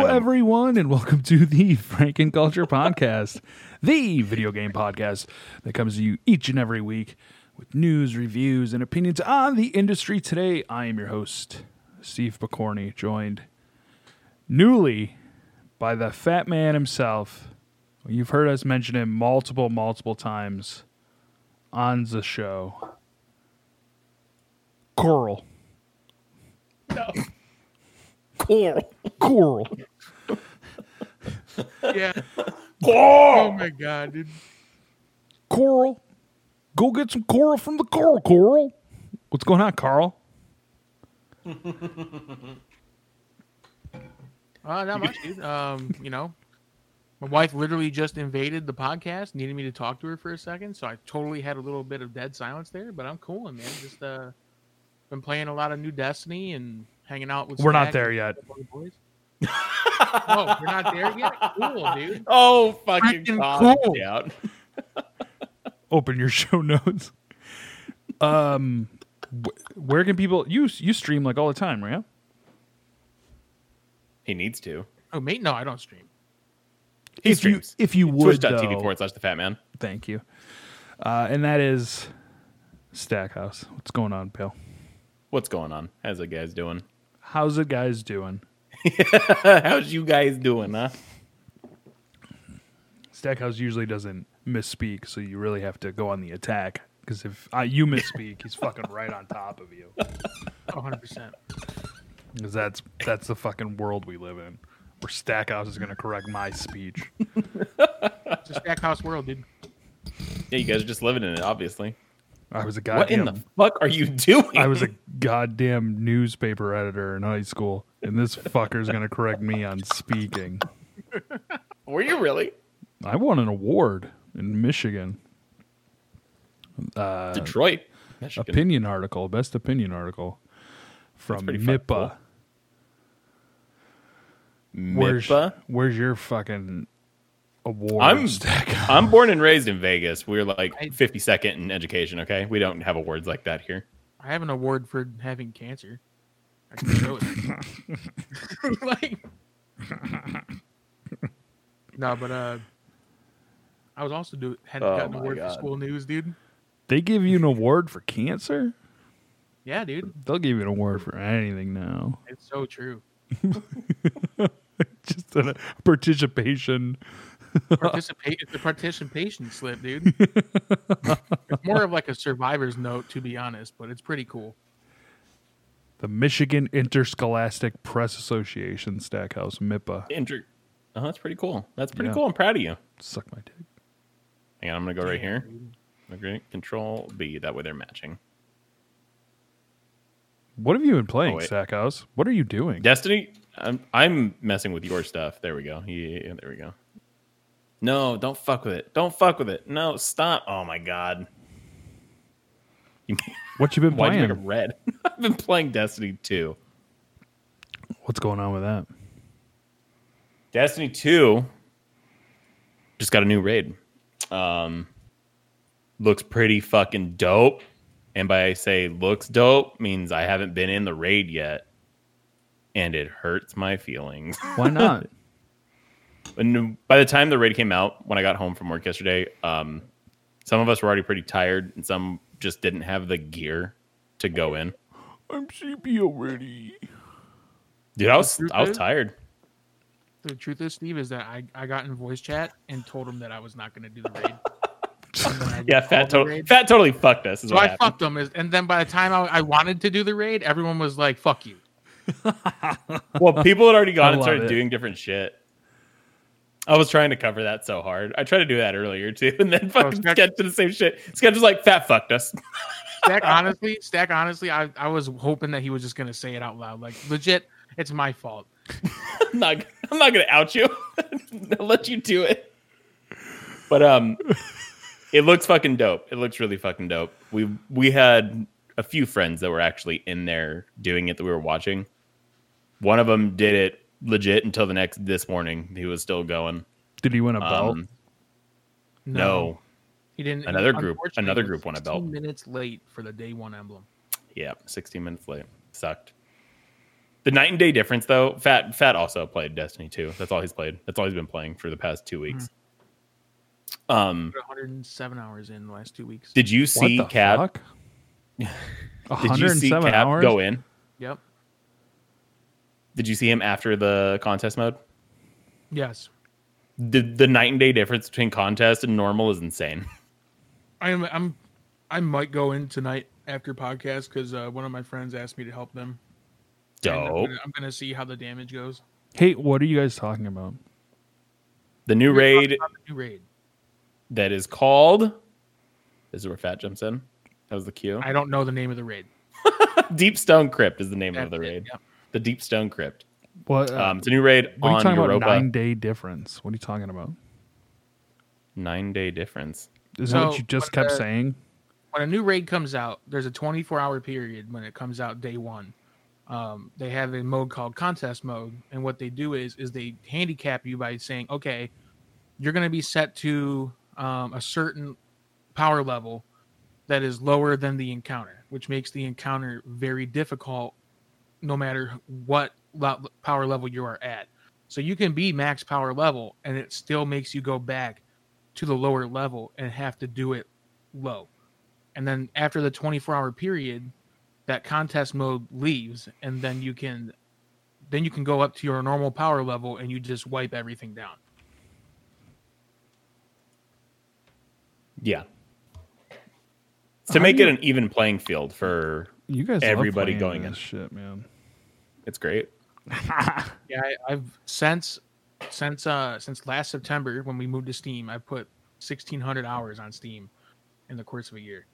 everyone, and welcome to the Franken Culture Podcast, the video game podcast that comes to you each and every week with news, reviews, and opinions on the industry. Today, I am your host, Steve Bacorny, joined newly by the fat man himself. You've heard us mention him multiple, multiple times on the show. Coral. Coral. Coral. Yeah. Oh Coral. my god, dude. Coral. Go get some coral from the coral, Coral. What's going on, Carl? Uh, not much, dude. Um, you know, my wife literally just invaded the podcast, needed me to talk to her for a second, so I totally had a little bit of dead silence there. But I'm cool, man. Just uh, been playing a lot of New Destiny and hanging out with. We're not Stack there and yet. the other Boys. oh, we're not there yet. Cool, dude. Oh, fucking Freaking God, cool. yeah. Open your show notes. Um, wh- where can people you you stream like all the time, right? He needs to. Oh, mate, no, I don't stream. He if you streams. if you would Twitch.tv though, forward slash the fat man. thank you. Uh, and that is Stackhouse. What's going on, pal? What's going on? How's the guys doing? How's it guys doing? How's you guys doing, huh? Stackhouse usually doesn't misspeak, so you really have to go on the attack. Because if uh, you misspeak, he's fucking right on top of you. 100. percent 'Cause that's that's the fucking world we live in, where Stackhouse is gonna correct my speech. It's a Stackhouse world, dude. Yeah, you guys are just living in it, obviously. I was a what goddamn in the fuck are you doing? I was a goddamn newspaper editor in high school, and this fucker's gonna correct me on speaking. Were you really? I won an award in Michigan. Detroit. Michigan. Uh, opinion article, best opinion article from pretty fucking MIPA. cool. Where's, MIPA? where's your fucking award? I'm- Stack? I'm born and raised in Vegas. We're like I- 52nd in education, okay? We don't have awards like that here. I have an award for having cancer. I can show it. like, no, but uh, I was also do had Oh gotten my an award God. for school news, dude. They give you an award for cancer? Yeah, dude, They'll give you an award for anything now. it's so true. Just a participation. Participate. it's a participation slip, dude. it's more of like a survivor's note, to be honest, but it's pretty cool. The Michigan Interscholastic Press Association, Stackhouse, MIPA. Inter- oh, that's pretty cool. That's pretty Yeah. cool. I'm proud of you. Suck my dick. Hang on, I'm going to go right here. Okay, Control B. That way they're matching. What have you been playing, Oh, wait. Stackhouse? What are you doing? Destiny. I'm I'm messing with your stuff. There we go. Yeah, there we go. No, don't fuck with it. Don't fuck with it. No, stop. Oh my god. You- What you been Why'd you make it playing? red? I've been playing Destiny 2. What's going on with that? Destiny 2 just got a new raid. Um looks pretty fucking dope. And by I say looks dope means I haven't been in the raid yet. And it hurts my feelings. Why not? And by the time the raid came out, when I got home from work yesterday, um, some of us were already pretty tired, and some just didn't have the gear to go in. I'm sleepy already. Dude, I was I Okay. was tired. The truth is, Steve, is that I, I got in voice chat and told him that I was not going to do the raid. And then I Yeah, called the fat totally raid. fat totally fucked us. Is So what I happened. fucked them, and then by the time I, I wanted to do the raid, everyone was like, "Fuck you." Well, people had already I gone and love started it. doing different shit. I was trying to cover that so hard. I tried to do that earlier too, and then fucking Sketch- sketch did the same shit. Sketch was like, "Fat fucked us." Stack honestly, stack honestly, I, I was hoping that he was just gonna say it out loud. Like legit, it's my fault. I'm not, I'm not gonna out you. I'll let you do it. But um, it looks fucking dope. It looks really fucking dope. We we had a few friends that were actually in there doing it that we were watching. One of them did it legit until the next this morning. He was still going. Did he win a belt? Um, no. he didn't. he another group- unfortunately another was group won a 16 belt. Minutes late for the day one emblem. yeah, 16 minutes late. Sucked. The night and day difference, though. Fat Fat also played Destiny 2. That's all he's played. That's all he's been playing for the past two weeks. Mm-hmm. Um, Put 107 hours in the last two weeks. did you see what the Cab? fuck? Did you see 107 Cab hours. go in? Yep. Did you see him after the contest mode? Yes. The the night and day difference between contest and normal is insane. I'm I'm I might go in tonight after podcast because uh, one of my friends asked me to help them. And I'm Dope. gonna- I'm gonna see how the damage goes. Hey, what are you guys talking about? The new raid New raid. that is called. This is where Fat jumps in. That was the cue. I don't know the name of the raid. Deep Stone Crypt is the name of That's the it, raid. yep. The Deep Stone Crypt. What? uh, Um, it's a new raid what are you on talking Europa. about? Nine day difference. What are you talking about? Nine day difference. Is that So, what you just what kept the- saying? when a new raid comes out, there's a 24 hour period when it comes out day one. Um, they have a mode called contest mode, and what they do is is they handicap you by saying, okay, you're going to be set to um, a certain power level that is lower than the encounter, which makes the encounter very difficult, no matter what lo- power level you are at. So you can be max power level, and it still makes you go back to the lower level and have to do it low and then after the 24 hour period that contest mode leaves and then you can then you can go up to your normal power level and you just wipe everything down Yeah. How To make do it you- an even playing field for You guys, love Everybody playing going this in. shit, man. it's great. yeah I, i've since since uh since last september when we moved to steam i put 1600 hours on steam in the course of a year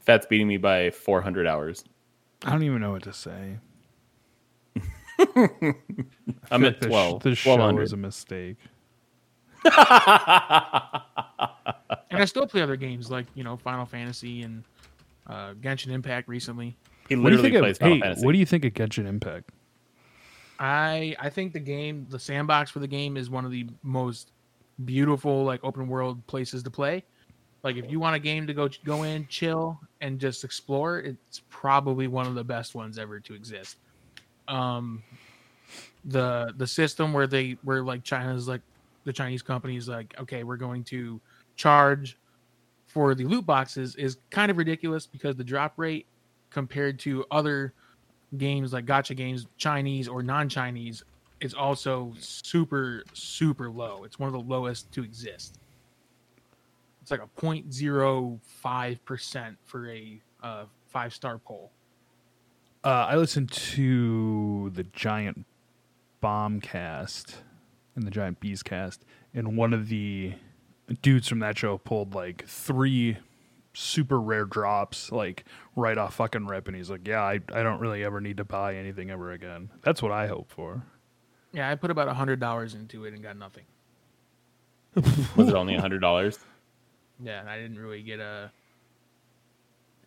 Fat's beating me by 400 hours. I don't even know what to say. I'm feel like this at sh- 12. This show 1200. is a mistake. and i still play other games like you know final fantasy and uh genshin impact recently He What do you literally think plays of? Final Hey, Fantasy. what do you think of Genshin Impact? I I think the game, the sandbox for the game, is one of the most beautiful like open world places to play. Like if you want a game to go go in, chill, and just explore, it's probably one of the best ones ever to exist. Um, the the system where they where like China's like the Chinese company's like okay, we're going to charge for the loot boxes is kind of ridiculous because the drop rate compared to other games like gotcha games, Chinese or non-Chinese, is also super super low. It's one of the lowest to exist. It's like a 0.05 percent for a uh, five-star poll. Uh, I listened to the Giant Bomb cast and the Giant Bees cast, and one of the dudes from that show pulled like three super rare drops, like right off fucking rip, and he's like, "Yeah, I, I don't really ever need to buy anything ever again." That's what I hope for. Yeah, I put about hundred dollars into it and got nothing. Was it only $100? Yeah, and I didn't really get a.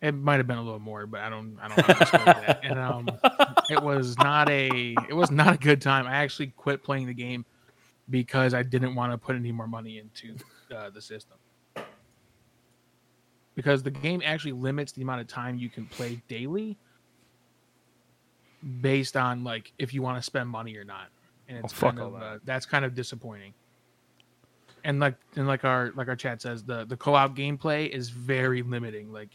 It might have been a little more, but I don't. I don't. Have the story of that. And um, it was not a. It was not a good time. I actually quit playing the game because I didn't want to put any more money into uh, the system. Because the game actually limits the amount of time you can play daily, based on like if you want to spend money or not, and it's Oh, fuck kind all of that. Uh, that's kind of disappointing and like and like our like our chat says the the co-op gameplay is very limiting like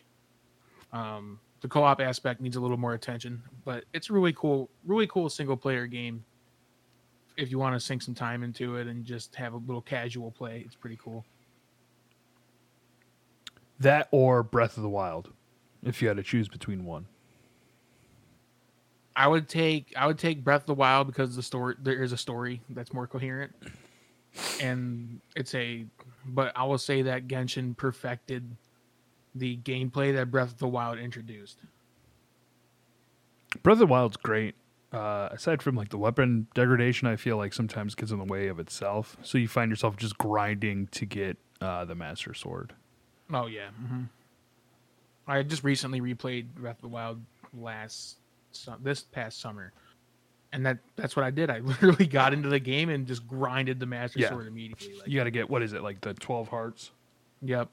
um the co-op aspect needs a little more attention but it's really cool really cool single player game if you want to sink some time into it and just have a little casual play it's pretty cool That or Breath of the Wild, if you had to choose between one. i would take i would take breath of the wild because the story there is a story that's more coherent and it's a but i will say that genshin perfected the gameplay that breath of the wild introduced Breath of the Wild's great. Uh, aside from like the weapon degradation, I feel like sometimes gets in the way of itself. So you find yourself just grinding to get uh, the Master Sword. Oh yeah. hmm I just recently replayed Breath of the Wild last su- this past summer, and that that's what I did. I literally got into the game and just grinded the Master Yeah. Sword immediately. Like, You got to get what is it like the twelve hearts? Yep,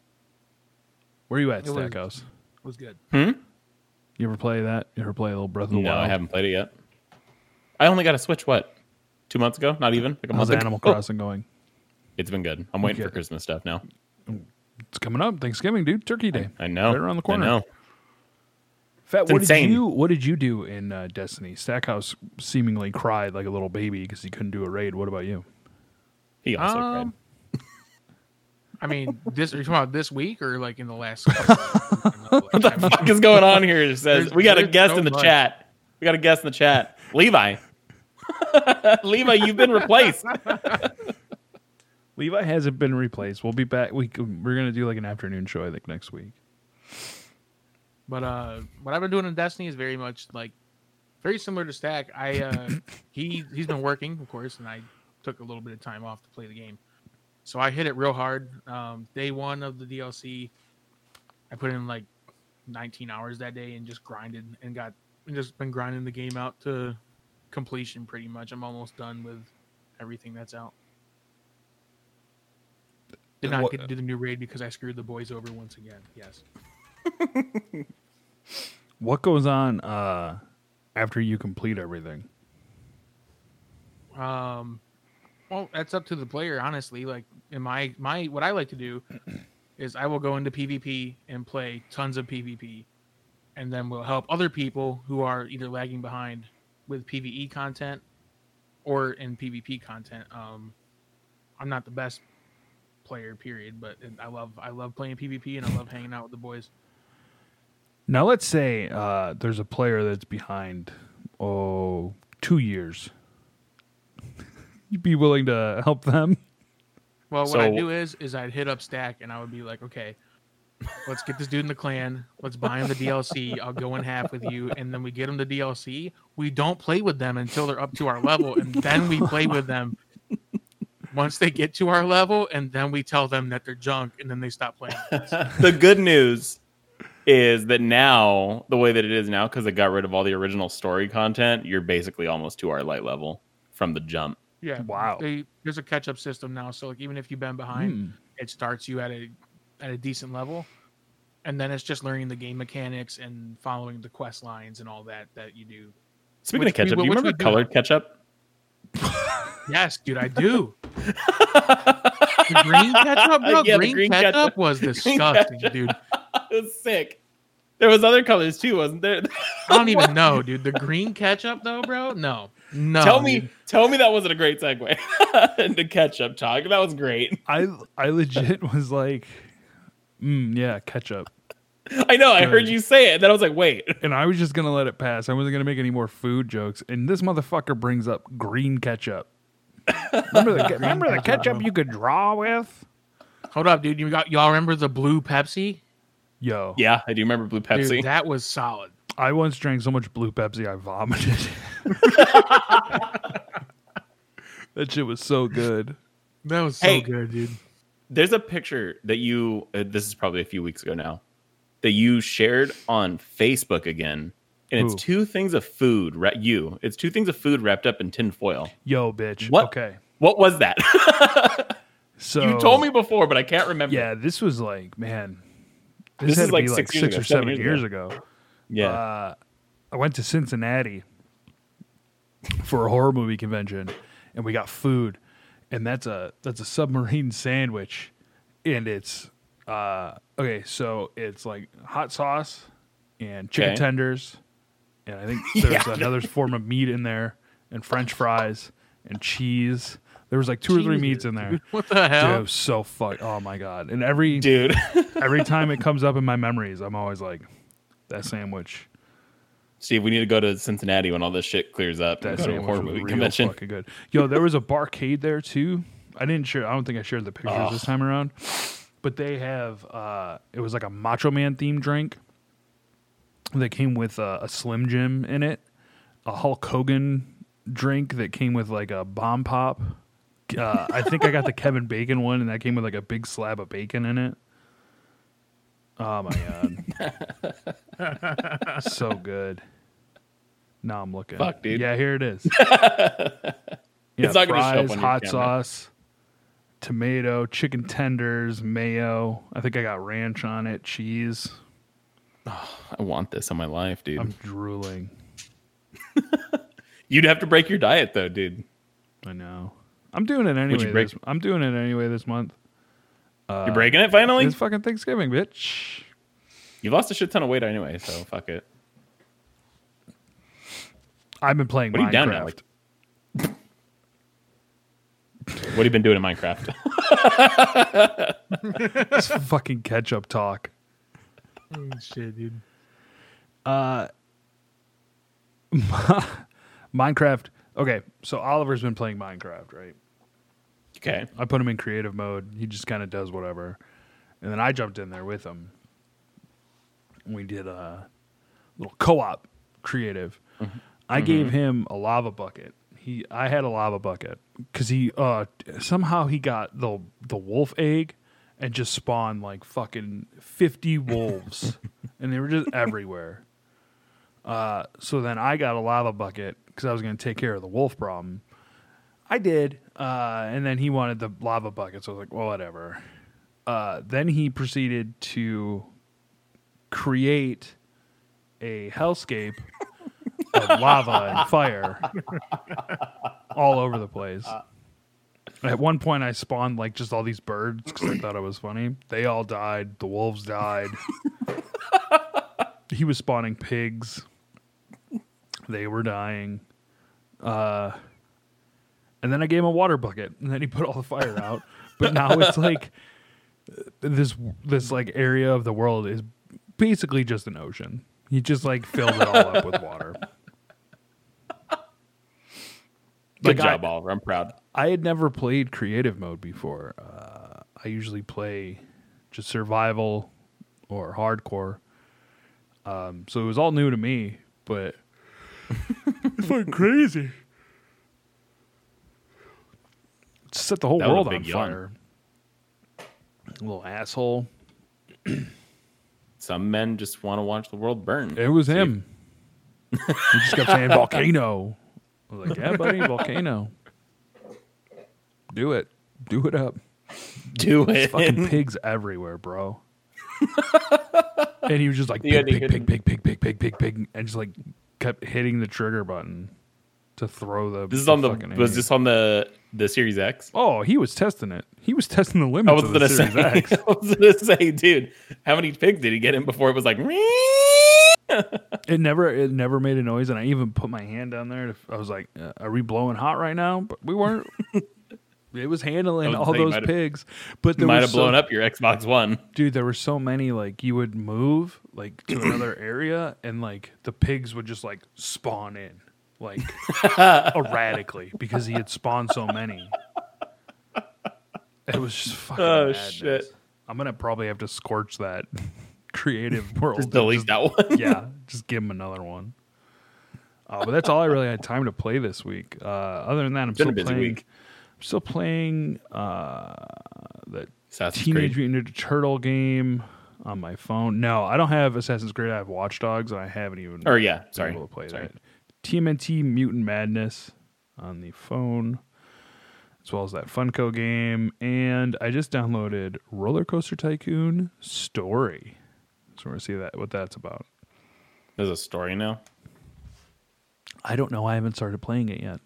Where are you at, It was- Stackhouse? was good. Hmm? You ever play that? You ever play a little Breath Oh, of the No, Wild? I haven't played it yet. I only got a Switch. What? Two months ago? Not even like a How's month ago. Animal Crossing going? It's been good. I'm waiting for Okay. Christmas stuff now. It's coming up Thanksgiving, dude. Turkey Day. I know. Right around the corner. I know. Fat, what insane. did you What did you do in uh, Destiny? Stackhouse seemingly cried like a little baby because he couldn't do a raid. What about you? He also cried. Um, I mean, this are you talking about this week or like in the last? what the fuck is going on here? It says There's- we got a there's guest so in the much. chat. We got a guest in the chat. Levi. Levi, you've been replaced. Levi hasn't been replaced. We'll be back. We can- we're gonna do like an afternoon show I think next week. But uh, what I've been doing in Destiny is very much like very similar to Stack. I uh, he he's been working, of course, and I took a little bit of time off to play the game. So I hit it real hard. Um, day one of the DLC, I put in like 19 hours that day and just grinded and got and just been grinding the game out to completion. Pretty much, I'm almost done with everything that's out. Did not What- get to do the new raid because I screwed the boys over once again. Yes. What goes on uh, after you complete everything? Um, well, that's up to the player, honestly. Like in my my what I like to do is I will go into PvP and play tons of PvP, and then we'll help other people who are either lagging behind with PVE content or in PvP content. Um, I'm not the best player, period, but I love I love playing PvP and I love hanging out with the boys. Now let's say uh, there's a player that's behind oh two years. You'd be willing to help them? Well, what I So- do is is I'd hit up Stack and I would be like, okay, let's get this dude in the clan. Let's buy him the DLC. I'll go in half with you, and then we get him the DLC. We don't play with them until they're up to our level, and then we play with them. Once they get to our level, and then we tell them that they're junk, and then they stop playing. the good news is that now the way that it is now, because it got rid of all the original story content, you're basically almost to our light level from the jump. Yeah. Wow. They, there's a catch up system now, so like even if you've been behind, Hmm. it starts you at a at a decent level, and then it's just learning the game mechanics and following the quest lines and all that that you do Which Speaking of we- ketchup, do you which we remember do. colored ketchup? Yes, dude, I do. the green ketchup, bro. Yeah, the green, green ketchup, ketchup. was disgusting, dude. It was sick. There was other colors too, wasn't there? I don't even know, dude. The green ketchup, though, bro. No, no. tell me, dude. tell me that wasn't a great segue into ketchup talk. That was great. I I legit was like, mm, yeah, ketchup. I know. I heard you say it, and then I was like, wait. And I was just gonna let it pass. I wasn't gonna make any more food jokes. And this motherfucker brings up green ketchup. remember the, remember the ketchup you could draw with? Hold up, dude. You got y'all remember the blue Pepsi? Yo, Yeah, I do remember blue Dude, Pepsi. that was solid. I once drank so much blue Pepsi I vomited. that shit was so good. That was so Hey. good, dude. There's a picture that you. Uh, this is probably a few weeks ago now. That you shared on Facebook again, and it's Who? two things of food. Ra- you. It's two things of food wrapped up in tin foil. Yo, bitch. What? Okay. What was that? So you told me before, but I can't remember. Oh. Yeah, this was like, man, this, This had is to like be like six years six ago, or seven seven years years ago. yeah. uh, I went to Cincinnati for a horror movie convention, and we got food, and that's a that's a submarine sandwich, and it's uh, okay. So it's like hot sauce and chicken Okay. tenders, and I think there's another form of meat in there, and French fries and cheese. There was like two or three meats in there. What the Dude, hell? it was so fuck. Oh my god! And every Dude, every time it comes up in my memories, I'm always like, that sandwich. Steve, we need to go to Cincinnati when all this shit clears up. That go to a sandwich horror was movie real convention. fucking good. Yo, there was a barcade there too. I didn't share. I don't think I shared the pictures Ugh. this time around. But they have. Uh, it was like a Macho Man themed drink. That came with uh, a Slim Jim in it, a Hulk Hogan drink that came with like a bomb pop. Uh, I think I got the Kevin Bacon one, and that came with like a big slab of bacon in it. Oh my god, so good. Now I'm looking. Fuck, dude. Yeah, here it is. Yeah, It's not gonna show up fries, on your hot camera. sauce, tomato, chicken tenders, mayo. I think I got ranch on it, cheese. I want this on my life, dude. I'm drooling. You'd have to break your diet though, dude. I know. I'm doing it anyway. break- this- I'm doing it anyway this month. uh, You're breaking it finally. It's fucking Thanksgiving, bitch. You lost a shit ton of weight anyway, so fuck it. I've been playing What are Minecraft. you down now, like- What have you been doing in Minecraft? This fucking catch up talk. Mm, Shit, dude. Minecraft. Okay, so Oliver's been playing Minecraft, right? okay. I put him in creative mode. He just kind of does whatever. And then I jumped in there with him. We did a little co-op creative. I gave him a lava bucket. He I had a lava bucket cuz he uh somehow he got the the wolf egg and just spawned like fucking 50 wolves and they were just everywhere. Uh so then I got a lava bucket cuz I was going to take care of the wolf problem. I did. Uh, and then he wanted the lava bucket, so I was like, well, whatever. Uh, then he proceeded to create a hellscape of lava and fire all over the place. At one point, I spawned like just all these birds because I thought it was funny. They all died. The wolves died. he was spawning pigs. They were dying. And then I gave him a water bucket, and then he put all the fire out. But now it's like this this like area of the world is basically just an ocean. He just like filled it all up with water. Like, Good job, I- Oliver. I'm proud. I had never played creative mode before. Uh, I usually play just survival or hardcore. Um, so it was all new to me, but it's like crazy. Set the whole That was a world on big yawn. fire. Little asshole. Some men just want to watch the world burn. It was him. he just kept saying volcano. I was like, yeah, buddy, volcano. Do it. Do it up. Do There's it. fucking pigs everywhere, bro. and he was just like You pig, had to pig, hit pig, him. pig, pig, pig, pig, pig, pig, and just like kept hitting the trigger button to throw the. This is on the fucking was egg. this on the the Series X? Oh, he was testing it. He was testing the I limits was of gonna the say, Series X. I was gonna say, dude, how many pigs did he get in before it was like? It never, it never made a noise, and I even put my hand down there. To, I was like, uh, "Are we blowing hot right now?" But we weren't. it was handling was all gonna say, you those might have- pigs, but there Might was have so- blown up your Xbox One. dude there were so many like you would move like to another area and like the pigs would just like spawn in like erratically because he had spawned so many it was just fucking Oh, madness. shit. i'm gonna probably have to scorch that creative world Just delete that one. yeah just give him another one uh, but that's all i really had time to play this week uh, other than that i'm been still a busy playing week. i'm still playing uh, the Assassin's Teenage Creed. Mutant Ninja Turtle game on my phone. No, I don't have Assassin's Creed. I have Watch Dogs, and I haven't even Or Oh, yeah, sorry. been able to play sorry. that. TMNT Mutant Madness on the phone, as well as that Funko game, and I just downloaded Roller Coaster Tycoon Story. So we're gonna see that what that's about. There's a story now. I don't know. I haven't started playing it yet.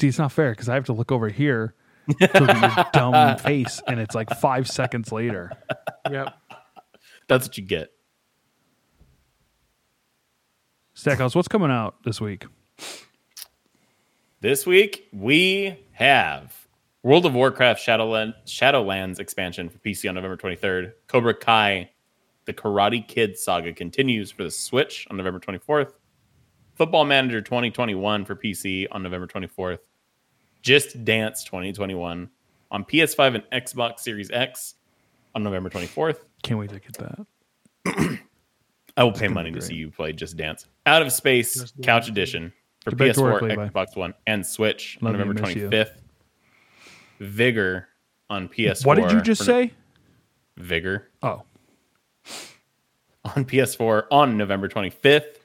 See, it's not fair because I have to look over here to look at your dumb face, and it's like five seconds later. Yep. That's what you get. Stackhouse, what's coming out this week? This week we have World of Warcraft Shadowland, Shadowlands expansion for PC on November 23rd. Cobra Kai, the Karate Kid saga continues for the Switch on November 24th. Football Manager 2021 for PC on November 24th. Just Dance 2021 on PS5 and Xbox Series X on November 24th. Can't wait to get that. I will pay money be to great. see you play Just Dance. Out of Space Just Dance. Couch Edition for Get back to PS4, work, Levi. Xbox One, and Switch Love on you, November miss you. 25th. Vigor on PS4. What did you just for- say? Vigor Oh, on PS4 on November 25th.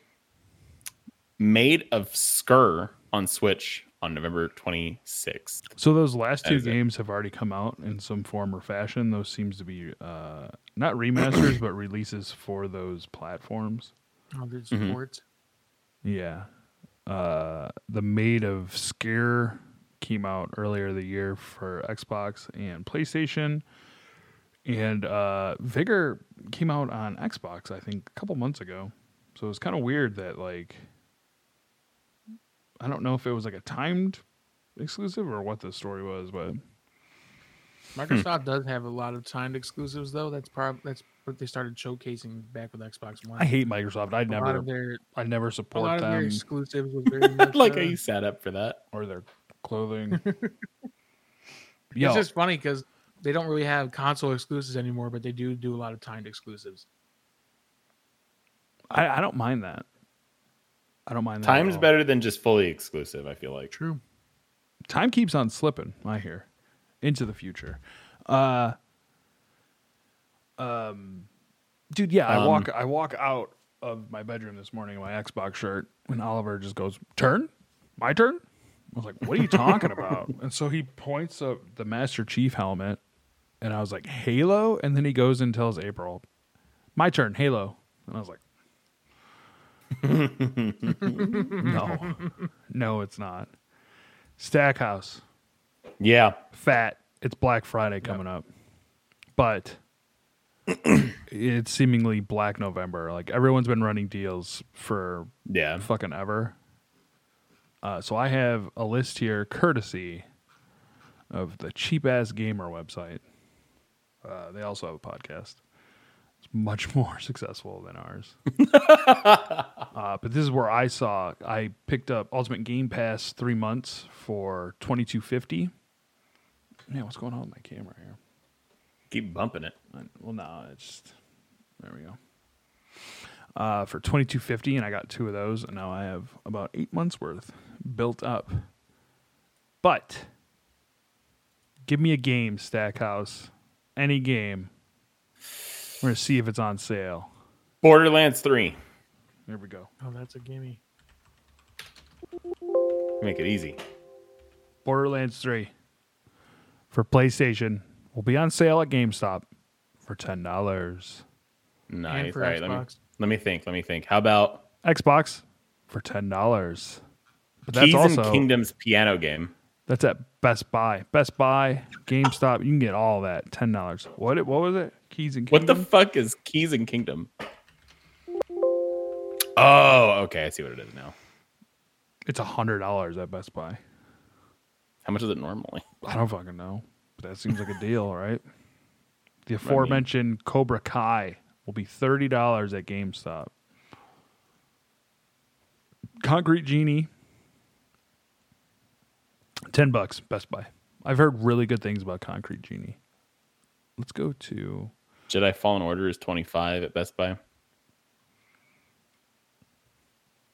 Made of Skur on Switch on November 26th. So those last That two is it. games have already come out in some form or fashion. Those seems to be uh, not remasters, but releases for those platforms. Oh, there's Mhm. sports. Yeah, uh, the Maid of Scare came out earlier the year for Xbox and PlayStation, and uh, Vigor came out on Xbox I think a couple months ago. So it's kind of weird that like I don't know if it was like a timed exclusive or what the story was, but. Hmm. Microsoft does have a lot of timed exclusives, though. That's probably that's what they started showcasing back with Xbox One. I hate Microsoft. I'd a lot never, of their I never a lot support of their them exclusives was very much, like uh, how you sat up for that. or their clothing. Yo, It's just funny because they don't really have console exclusives anymore, but they do do a lot of timed exclusives. I, I don't mind that. I don't mind that. at Time's all. better than just fully exclusive, I feel like. True. Time keeps on slipping. I hear into the future. Uh, um, dude, yeah, I Um, walk, I walk out of my bedroom this morning in my Xbox shirt, and Oliver just goes, "Turn, my turn." I was like, "What are you talking about?" And so he points up the Master Chief helmet, and I was like, "Halo," and then he goes and tells April, "My turn, Halo," and I was like, "No, no, it's not." Stackhouse, Yeah. fat. It's Black Friday coming up, but it's seemingly Black November. Like everyone's been running deals for Yeah. fucking ever. Uh, so I have a list here, courtesy of the cheap ass gamer website. Uh, they also have a podcast. It's much more successful than ours. uh, but this is where I saw I picked up Ultimate Game Pass three months for twenty two fifty. Man, what's going on with my camera here? Keep bumping it. I- Well, no, it's just there we go. Uh, for twenty two fifty, and I got two of those, and now I have about eight months worth built up. But give me a game, Stackhouse, any game. We're gonna see if it's on sale. Borderlands 3. There we go. Oh, that's a gimme. Make it easy. Borderlands Three for PlayStation will be on sale at GameStop for ten dollars. Nice. for All right, let me, Xbox. let me think. Let me think. How about Xbox for ten dollars. But that's Keys also and Kingdoms piano game? That's at Best Buy. Best Buy, GameStop, you can get all that. Ten dollars. What it what was it? Keys and What the Kingdom? fuck is Keys and Kingdom? Oh, okay. I see what it is now. it's a hundred dollars at Best Buy. How much is it normally? I don't fucking know. But that seems like a deal, right? The aforementioned Cobra Kai will be thirty dollars at GameStop. Concrete Genie. Ten bucks, Best Buy. I've heard really good things about Concrete Genie. Let's go to Jedi Fallen Order is 25 at Best Buy.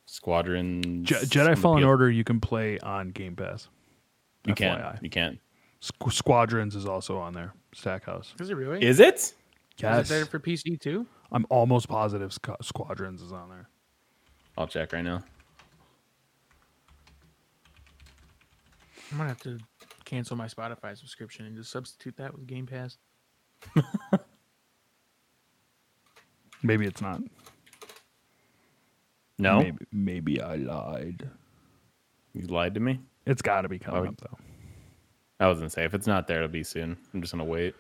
Squadron Je- Jedi Fallen Order you can play on Game Pass. You can't. FYI. You can't. Squ- Squadrons is also on there. Stackhouse. Is it really? Is it? Yes. Is it there for PC too? I'm almost positive Squ- Squadrons is on there. I'll check right now. I'm gonna have to cancel my Spotify subscription and just substitute that with Game Pass. Maybe it's not. No, Maybe, maybe I lied. you lied to me. It's got to be coming Oh. up though. I was gonna say if it's not there, it'll be soon. I'm just gonna wait.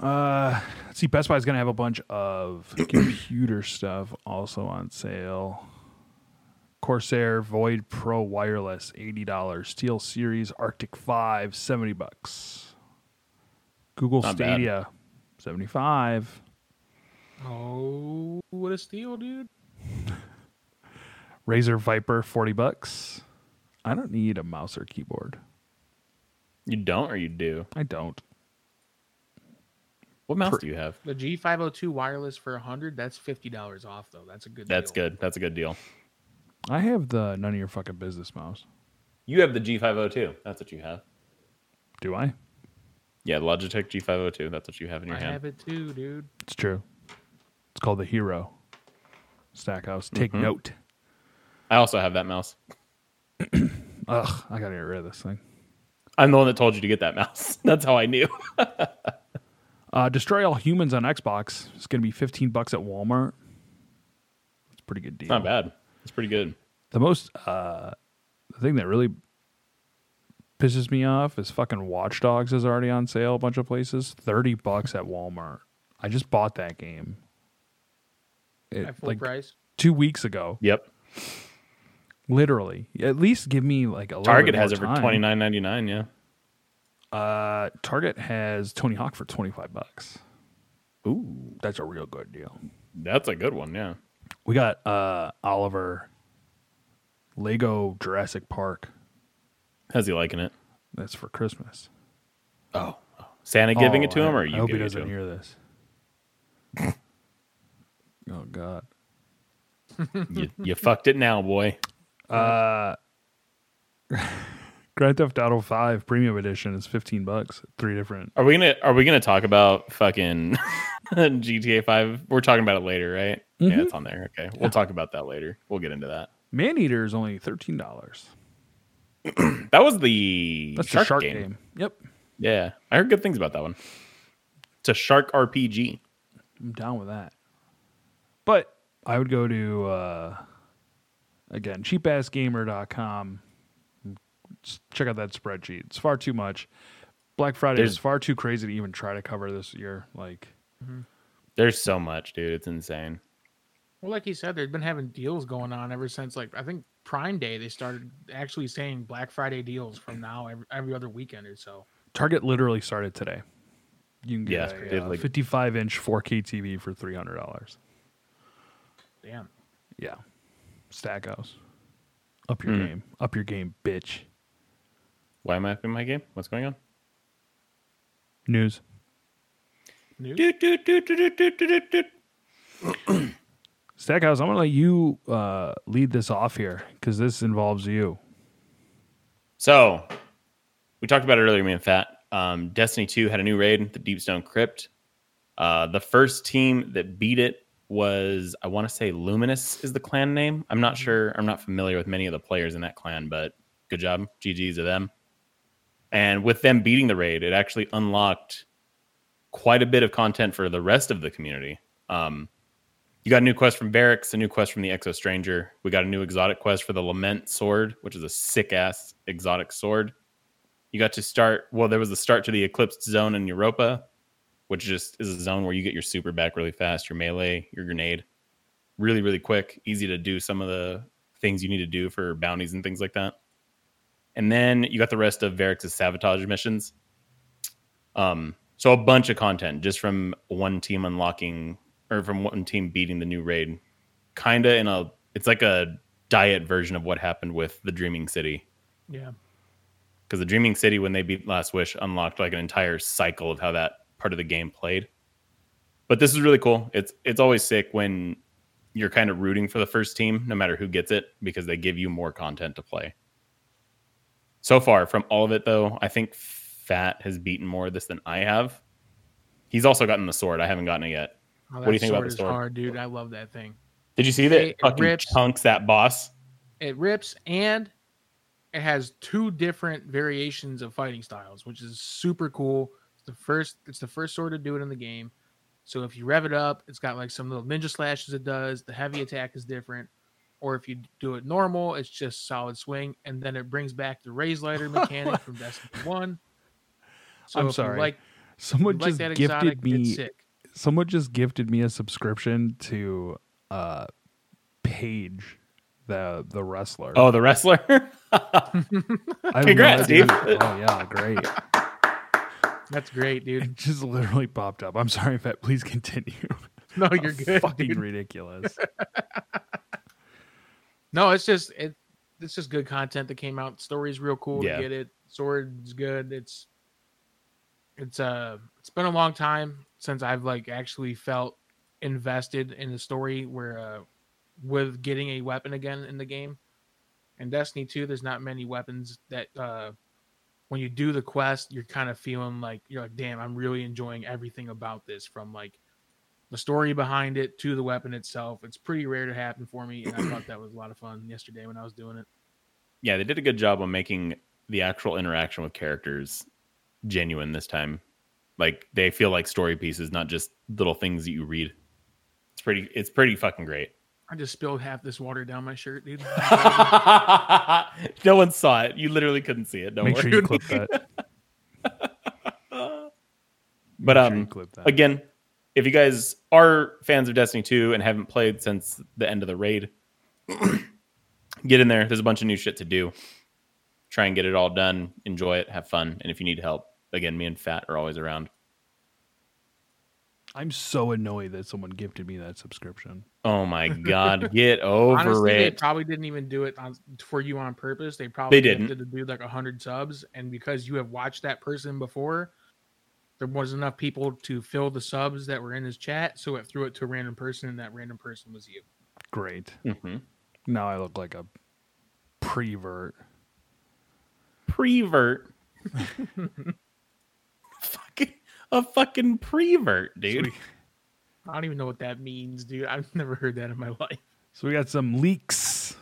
Uh, see, Best Buy's gonna have a bunch of computer stuff also on sale. Corsair Void Pro Wireless, eighty dollars. Steel Series Arctic Five, seventy bucks. Google Not bad. Stadia, seventy-five. Oh, what a steal, dude! Razer Viper, 40 bucks. I don't need a mouse or keyboard. You don't or you do? I don't. What mouse Per- do you have? The G502 wireless for hundred. That's fifty dollars off though. That's a good. That's deal. good. That's a good deal. I have the none of your fucking business mouse. You have the G502. That's what you have. Do I? Yeah, Logitech G502. That's what you have in your I hand. have it too, dude. It's true. It's called the Hero. Stackhouse, take note. I also have that mouse. Ugh, I gotta get rid of this thing. I'm the one that told you to get that mouse. That's how I knew. Uh, Destroy All Humans on Xbox. It's gonna be 15 bucks at Walmart. It's a pretty good deal. Not bad. It's pretty good. The most uh the thing that really pisses me off is fucking Watch Dogs is already on sale a bunch of places. 30 bucks at Walmart. I just bought that game. It- at full like price. two weeks ago. Yep. Literally. At least give me like a little bit Target has more it for time. twenty nine ninety nine. Yeah. Uh Target has Tony Hawk for 25 bucks. Ooh, That's a real good deal. that's a good one. Yeah. We got uh Oliver Lego Jurassic Park. How's he liking it? That's for Christmas. Oh, Santa giving Oh, it to I- him, or are I you hope he giving it to doesn't him? hear this. oh God. You, you fucked it now, boy. Grand Theft Auto Five Premium Edition is fifteen bucks. Three different. Are we gonna Are we gonna talk about fucking GTA Five? We're talking about it later, right? Mm-hmm. Yeah, it's on there. Okay, we'll talk about that later. We'll get into that. Man Eater is only thirteen dollars. That was the That's shark, the shark game. game. Yep, Yeah, I heard good things about that one. It's a shark RPG. I'm down with that. But I would go to uh, again cheapassgamer.com. Just Check out that spreadsheet. It's far too much. Black Friday There's- is far too crazy to even try to cover this year. Like There's so much, dude. It's insane. Well, like you said, they've been having deals going on ever since. Like I think Prime Day, they started actually saying Black Friday deals from now every, every other weekend or so. Target literally started today. You can Yeah, get they a have, like- 55 inch 4K TV for $300. Damn. Yeah. Stackhouse. Up your Hmm. game. Up your game, bitch. Why am I up in my game? What's going on? News. New? Doot, doot, doot, doot, doot, doot, doot, doot. Stackhouse, I'm going to let you uh, lead this off here because this involves you. So, we talked about it earlier, me and Fat. Um, Destiny 2 had a new raid, the Deepstone Crypt. Uh, the first team that beat it was, I want to say Luminous is the clan name. I'm not sure. I'm not familiar with many of the players in that clan, but good job. GG's to them. And with them beating the raid, it actually unlocked quite a bit of content for the rest of the community. Um, you got a new quest from Barracks, a new quest from the Exo Stranger. We got a new exotic quest for the Lament Sword, which is a sick ass exotic sword. You got to start, well, there was the start to the Eclipsed Zone in Europa, which just is a zone where you get your super back really fast, your melee, your grenade, really, really quick, easy to do some of the things you need to do for bounties and things like that. And then you got the rest of Varrix's sabotage missions. Um, so a bunch of content just from one team unlocking or from one team beating the new raid, kind of in a it's like a diet version of what happened with the Dreaming City Yeah. because the Dreaming City when they beat Last Wish unlocked like an entire cycle of how that part of the game played. But this is really cool. It's it's always sick when you're kind of rooting for the first team, no matter who gets it, because they give you more content to play. So far, from all of it though, I think Fat has beaten more of this than I have. He's also gotten the sword. I haven't gotten it yet. Oh, What do you think about the is sword? hard, dude. I love that thing. Did you see that? It fucking rips. chunks that boss. It rips and it has two different variations of fighting styles, which is super cool. It's the first it's the first sword to do it in the game. So if you rev it up, it's got like some little ninja slashes it does, the heavy attack is different. Or if you do it normal, it's just solid swing, and then it brings back the raise lighter mechanic from Destiny One. So I'm if you sorry. like, Someone you like just that exotic, gifted it's me. sick. Someone just gifted me a subscription to uh, Paige, the the wrestler. Oh, the wrestler. I have congrats, idea- dude. Oh yeah, great. That's great, dude. It just literally popped up. I'm sorry, Fat. Please continue. No, Oh, you're good. Fucking dude. ridiculous. No, it's just it. It's just good content that came out. Story's real cool Yeah. to get it. Sword's good. It's it's uh it's been a long time since I've like actually felt invested in the story where uh with getting a weapon again in the game. In Destiny 2, there's not many weapons that uh when you do the quest, you're kind of feeling like you're like, damn, I'm really enjoying everything about this from like the story behind it to the weapon itself. It's pretty rare to happen for me, and I thought that was a lot of fun yesterday when I was doing it. yeah, they did a good job on making the actual interaction with characters genuine this time. Like they feel like story pieces, not just little things that you read. It's pretty. It's pretty fucking great. I just spilled half this water down my shirt, dude. no one saw it. You literally couldn't see it. Don't Make worry. sure you clip that. But Make sure you um, clip that. again, if you guys are fans of Destiny 2 and haven't played since the end of the raid, get in there. There's a bunch of new shit to do. Try and get it all done. Enjoy it. Have fun. And if you need help, again, me and Fat are always around. I'm so annoyed that someone gifted me that subscription. Oh my god, get over Honestly, they it. probably didn't even do it on, for you on purpose. They probably They didn't. gifted the dude like hundred subs, and because you have watched that person before, there wasn't enough people to fill the subs that were in his chat, so it threw it to a random person, and that random person was you. Great. Mhm. Now I look like a prevert. Prevert. fucking a fucking prevert, dude. I don't even know what that means, dude. I've never heard that in my life. So we got some leaks,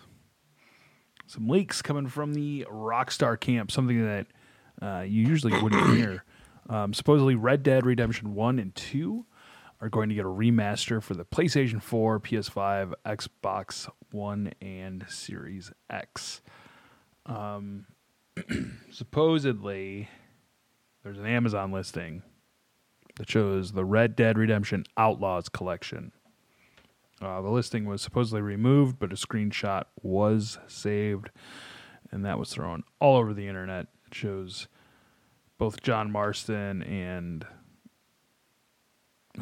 some leaks coming from the Rockstar camp. Something that uh, you usually wouldn't hear. Um, supposedly, Red Dead Redemption One and Two are going to get a remaster for the PlayStation Four, PS5, Xbox One, and Series X. Um, supposedly, there's an Amazon listing that shows the Red Dead Redemption Outlaws collection. Uh, the listing was supposedly removed, but a screenshot was saved, and that was thrown all over the internet. It shows both John Marston and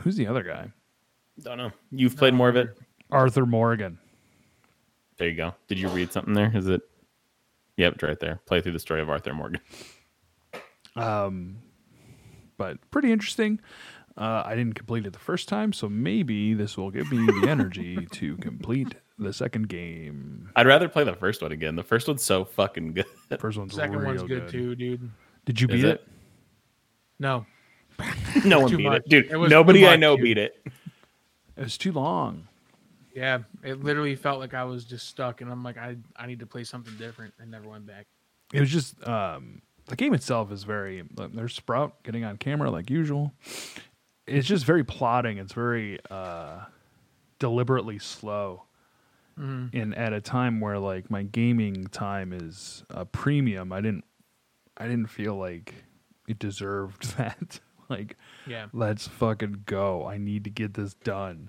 who's the other guy? Don't know. You've played more of it. Arthur Morgan. There you go. Did you read something there? Is it? Yep, it's right there. Play through the story of Arthur Morgan. But pretty interesting. Uh, I didn't complete it the first time, so maybe this will give me the energy to complete the second game. I'd rather play the first one again. The first one's so fucking good. First one's Second real one's good, good too, dude. Did you Is beat it? it? No, no one Too beat much. it, dude. It was nobody too I much, know dude. beat it. It was too long. yeah, it literally felt like I was just stuck, and I'm like, I I need to play something different, and never went back. it was just um, the game itself is very like, there's sprout getting on camera like usual it's just very plotting it's very uh, deliberately slow and at a time where like my gaming time is a premium i didn't i didn't feel like it deserved that like Yeah, let's fucking go i need to get this done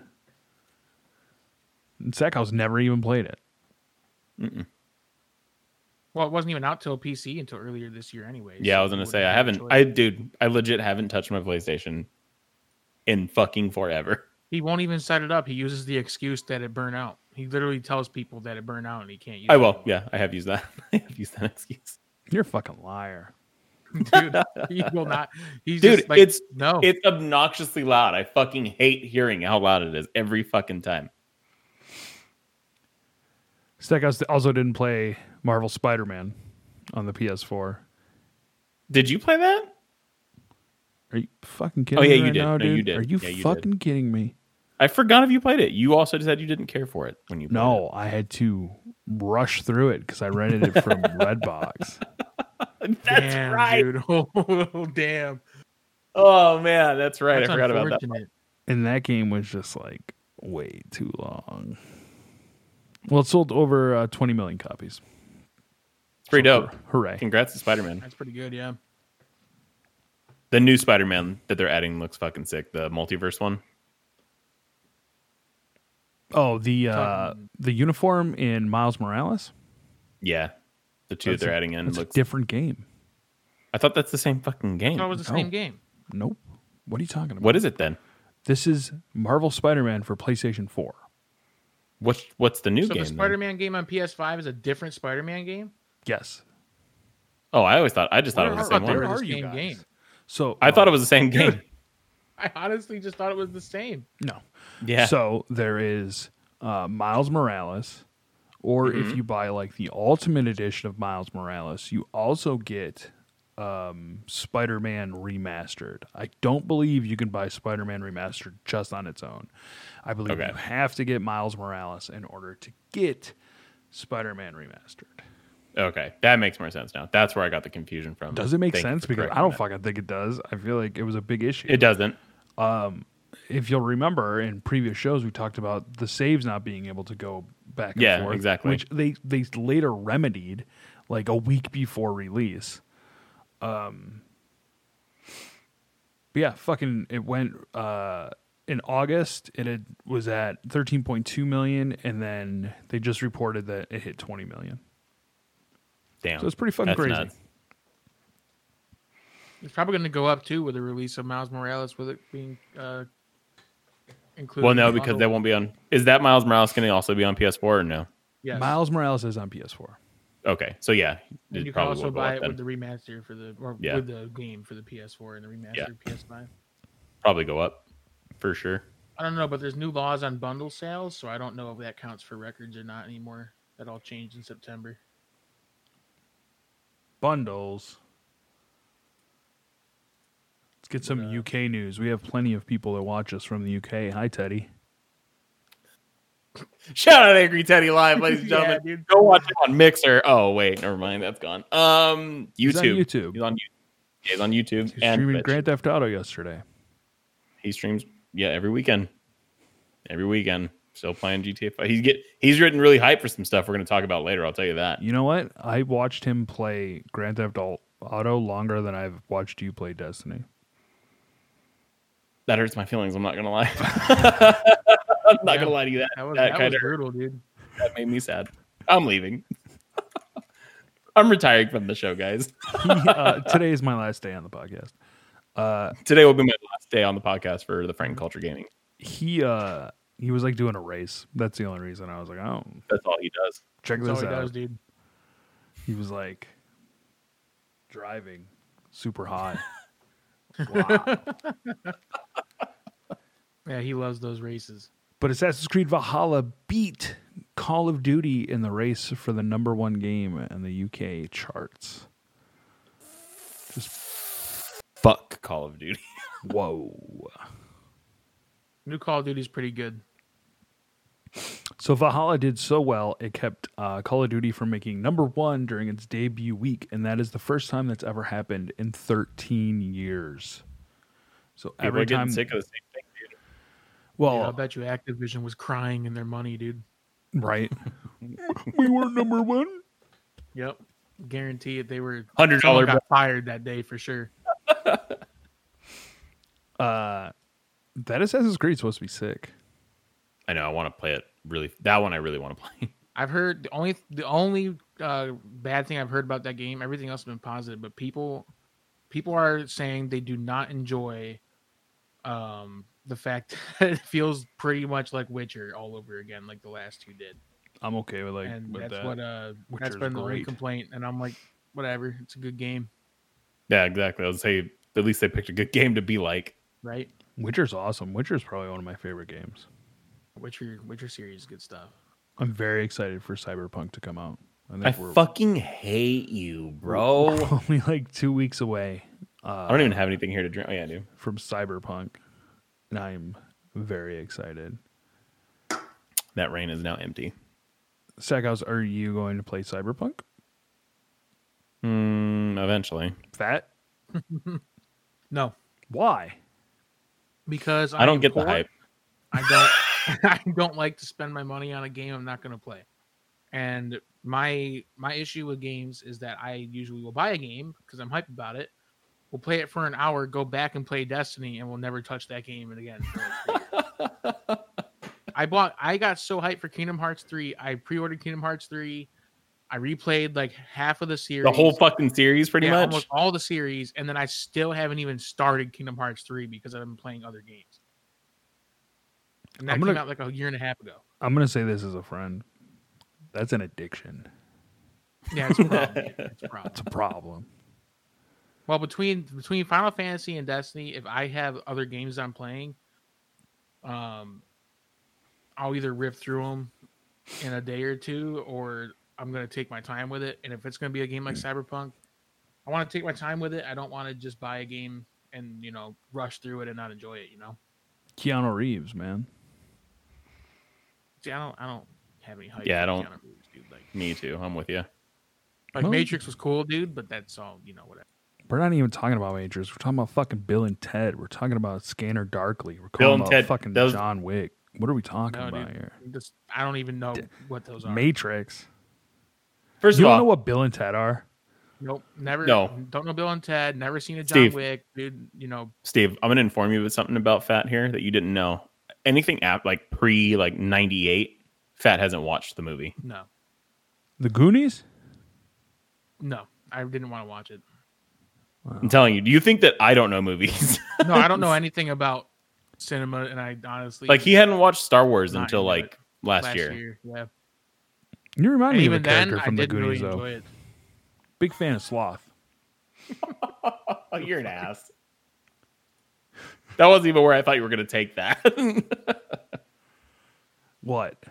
and Sackhouse never even played it well, it wasn't even out till PC until earlier this year, anyway. Yeah, I was so gonna it say wouldn't I have been a haven't. choice. I dude, I legit haven't touched my PlayStation in fucking forever. He won't even set it up. He uses the excuse that it burned out. He literally tells people that it burned out and he can't use I it will. Yeah, I have used that. I have used that excuse. you're a fucking liar anymore. Dude, he will not. He's Dude, just like, it's- no. Oh. It's obnoxiously loud. I fucking hate hearing how loud it is every fucking time. Stackhouse also didn't play Marvel Spider Man on the PS4. Did you play that? Are you fucking kidding Oh, yeah, me? you right did. Now, No, you dude? did. Are you Yeah, you did. fucking kidding me? I forgot if you played it. You also said you didn't care for it when you played No, I had to rush through it because I rented it from Redbox. it. That's damn, right. Dude. Oh, damn. Oh man, that's right. That's I forgot about that. unfortunate. And that game was just like way too long. Well, it sold over uh, 20 million copies. Pretty So, dope. Hooray. Congrats to Spider Man. That's pretty good. Yeah. The new Spider Man that they're adding looks fucking sick. The multiverse one. Oh, the uh, the uniform in Miles Morales? Yeah. The two That's that they're a- adding in That's looks. a different game. I thought that's the same fucking game. So it was the No. same game. Nope. What are you talking about? What is it then? This is Marvel Spider Man for PlayStation 4. What's what's the new So game? the then? Spider Man game on PS5 is a different Spider Man game? Yes. Oh, I always thought I just thought it Where was the are- same where one. are- the same game. So I thought it was the same game. I honestly just thought it was the same. no. Yeah. So there is uh, Miles Morales, or Mm-hmm. if you buy like the Ultimate Edition of Miles Morales, you also get um, Spider-Man Remastered. I don't believe you can buy Spider-Man Remastered just on its own. I believe Okay. you have to get Miles Morales in order to get Spider-Man Remastered. Okay, that makes more sense now. That's where I got the confusion from. Does it make Thank you sense? for Because I correcting don't that. fucking think it does. I feel like it was a big issue. It doesn't. if you'll remember in previous shows, we talked about the saves not being able to go back and Yeah, forth, exactly. Which they they later remedied like a week before release. Um, but yeah, fucking, it went uh, in August. It had, was at thirteen point two million, and then they just reported that it hit twenty million. Damn. So it's pretty fucking That's crazy. nuts. It's probably going to go up too with the release of Miles Morales, with it being uh, included. Well, in no, the because bundle. they won't be on. Is that Miles Morales going to also be on PS4 or no? Yes. Miles Morales is on PS4. Okay, so yeah, And it you can probably also will go buy up it then. with the remaster for the or Yeah. with the game for the PS4 and the remastered PS5. probably go up for sure. I don't know, but there's new laws on bundle sales, so I don't know if that counts for records or not anymore. That all changed in September. bundles. Let's get some UK news. We have plenty of people that watch us from the UK. Hi, Teddy. Shout out Angry Teddy Live, ladies and Yeah, gentlemen. Go watch him on Mixer. Oh wait, never mind, that's gone. Um, YouTube. He's on YouTube. He's on YouTube. He's on YouTube He was and streaming Twitch. Grand Theft Auto yesterday. he streams. Yeah, every weekend. Every weekend, still playing GTA 5. He's get he's written really hype for some stuff we're going to talk about later. I'll tell you that. You know what? I watched him play Grand Theft Au- Auto longer than I've watched you play Destiny. That hurts my feelings. I'm not going to lie. I'm not Yeah. going to lie to you. That That was that that, kinda was hurt. brutal, dude. that made me sad. I'm leaving. I'm retiring from the show, guys. He, uh, today is my last day on the podcast. Uh, Today will be my last day on the podcast for the Frank Culture Gaming. He uh, he was like doing a race. That's the only reason I was like, oh, That's all he does. check That's all this he out. does, dude. He was like driving super high. wow. Yeah, he loves those races. But Assassin's Creed Valhalla beat Call of Duty in the race for the number one game in the UK charts. Fuck Call of Duty. Whoa. New Call of Duty's pretty good. So Valhalla did so well, it kept uh, Call of Duty from making number one during its debut week. And that is the first time that's ever happened in 13 years. So People every are getting time. sick of the same thing, dude. Well, Oh. Dude, I'll bet you Activision was crying in their money, dude. right. we were number one. Yep. Guarantee it. They were Hundred someone dollar got fired that day for sure. That Assassin's Creed supposed to be sick. I know. I want to play it. Really, that one I really want to play. I've heard the only the only uh, bad thing I've heard about that game. Everything else has been positive, but people people are saying they do not enjoy um, the fact that it feels pretty much like Witcher all over again, like the last two did. I'm okay with like and with that's that. what uh, Witcher's that's been the only great. complaint. And I'm like, whatever, it's a good game, yeah, exactly. I would say at least they picked a good game to be like. right? Witcher's awesome. Witcher's probably one of my favorite games. Witcher Witcher series, is good stuff. I'm very excited for Cyberpunk to come out. I think I we're fucking hate you, bro. Uh, only like two weeks away I don't even have anything here to drink. Oh yeah, I do. from Cyberpunk, and I'm very excited. That rain is now empty. Sackhouse, are you going to play Cyberpunk? Hmm. eventually, Fat? No, Why? because I don't am get poor. the hype. I don't I don't like to spend my money on a game I'm not going to play. And my my issue with games is that I usually will buy a game because I'm hyped about it. We'll play it for an hour, go back and play Destiny, and we'll never touch that game again. I bought I got so hyped for Kingdom Hearts 3. I pre-ordered Kingdom Hearts 3. I replayed like half of the series. The whole fucking series, pretty Yeah, much. almost all the series, and then I still haven't even started Kingdom Hearts three because I've been playing other games. And that I'm gonna- came out like a year and a half ago. I'm gonna say this as a friend. That's an addiction. Yeah, it's a problem. dude. it's a problem. It's a problem. Well, between between Final Fantasy and Destiny, if I have other games I'm playing, um, I'll either rip through them in a day or two, or I'm gonna take my time with it. And if it's gonna be a game like Mm. Cyberpunk, I want to take my time with it. I don't want to just buy a game and you know rush through it and not enjoy it. You know. Keanu Reeves, man. See, I don't, I don't have any hype. Yeah, I for don't- Keanu Reeves, dude. Like, Me too. I'm with you. Like Well- Matrix was cool, dude, but that's all you know. Whatever. We're not even talking about Matrix. We're talking about fucking Bill and Ted. We're talking about Scanner Darkly. We're Bill calling and about Ted, fucking those- John Wick. What are we talking No, about dude. here? Just I don't even know what those are. Matrix. First You of don't all, know what Bill and Ted are? Nope. Never. No. Don't know Bill and Ted. Never seen a John Steve. Wick, dude. You know, Steve, I'm gonna inform you of something about fat here that you didn't know. Anything app like pre like 98, fat hasn't watched the movie. no, The Goonies? no. I didn't want to watch it. I'm telling you. Do you think that I don't know movies? No, I don't know anything about cinema, and I honestly like he hadn't watched Star Wars Not until into like it. last, year. Yeah. You And remind me of a even then, character I from the didn't really Goonies, enjoy though. it. Big fan of Sloth. Oh, you're an ass. That wasn't even where I thought you were gonna take that. I thought What?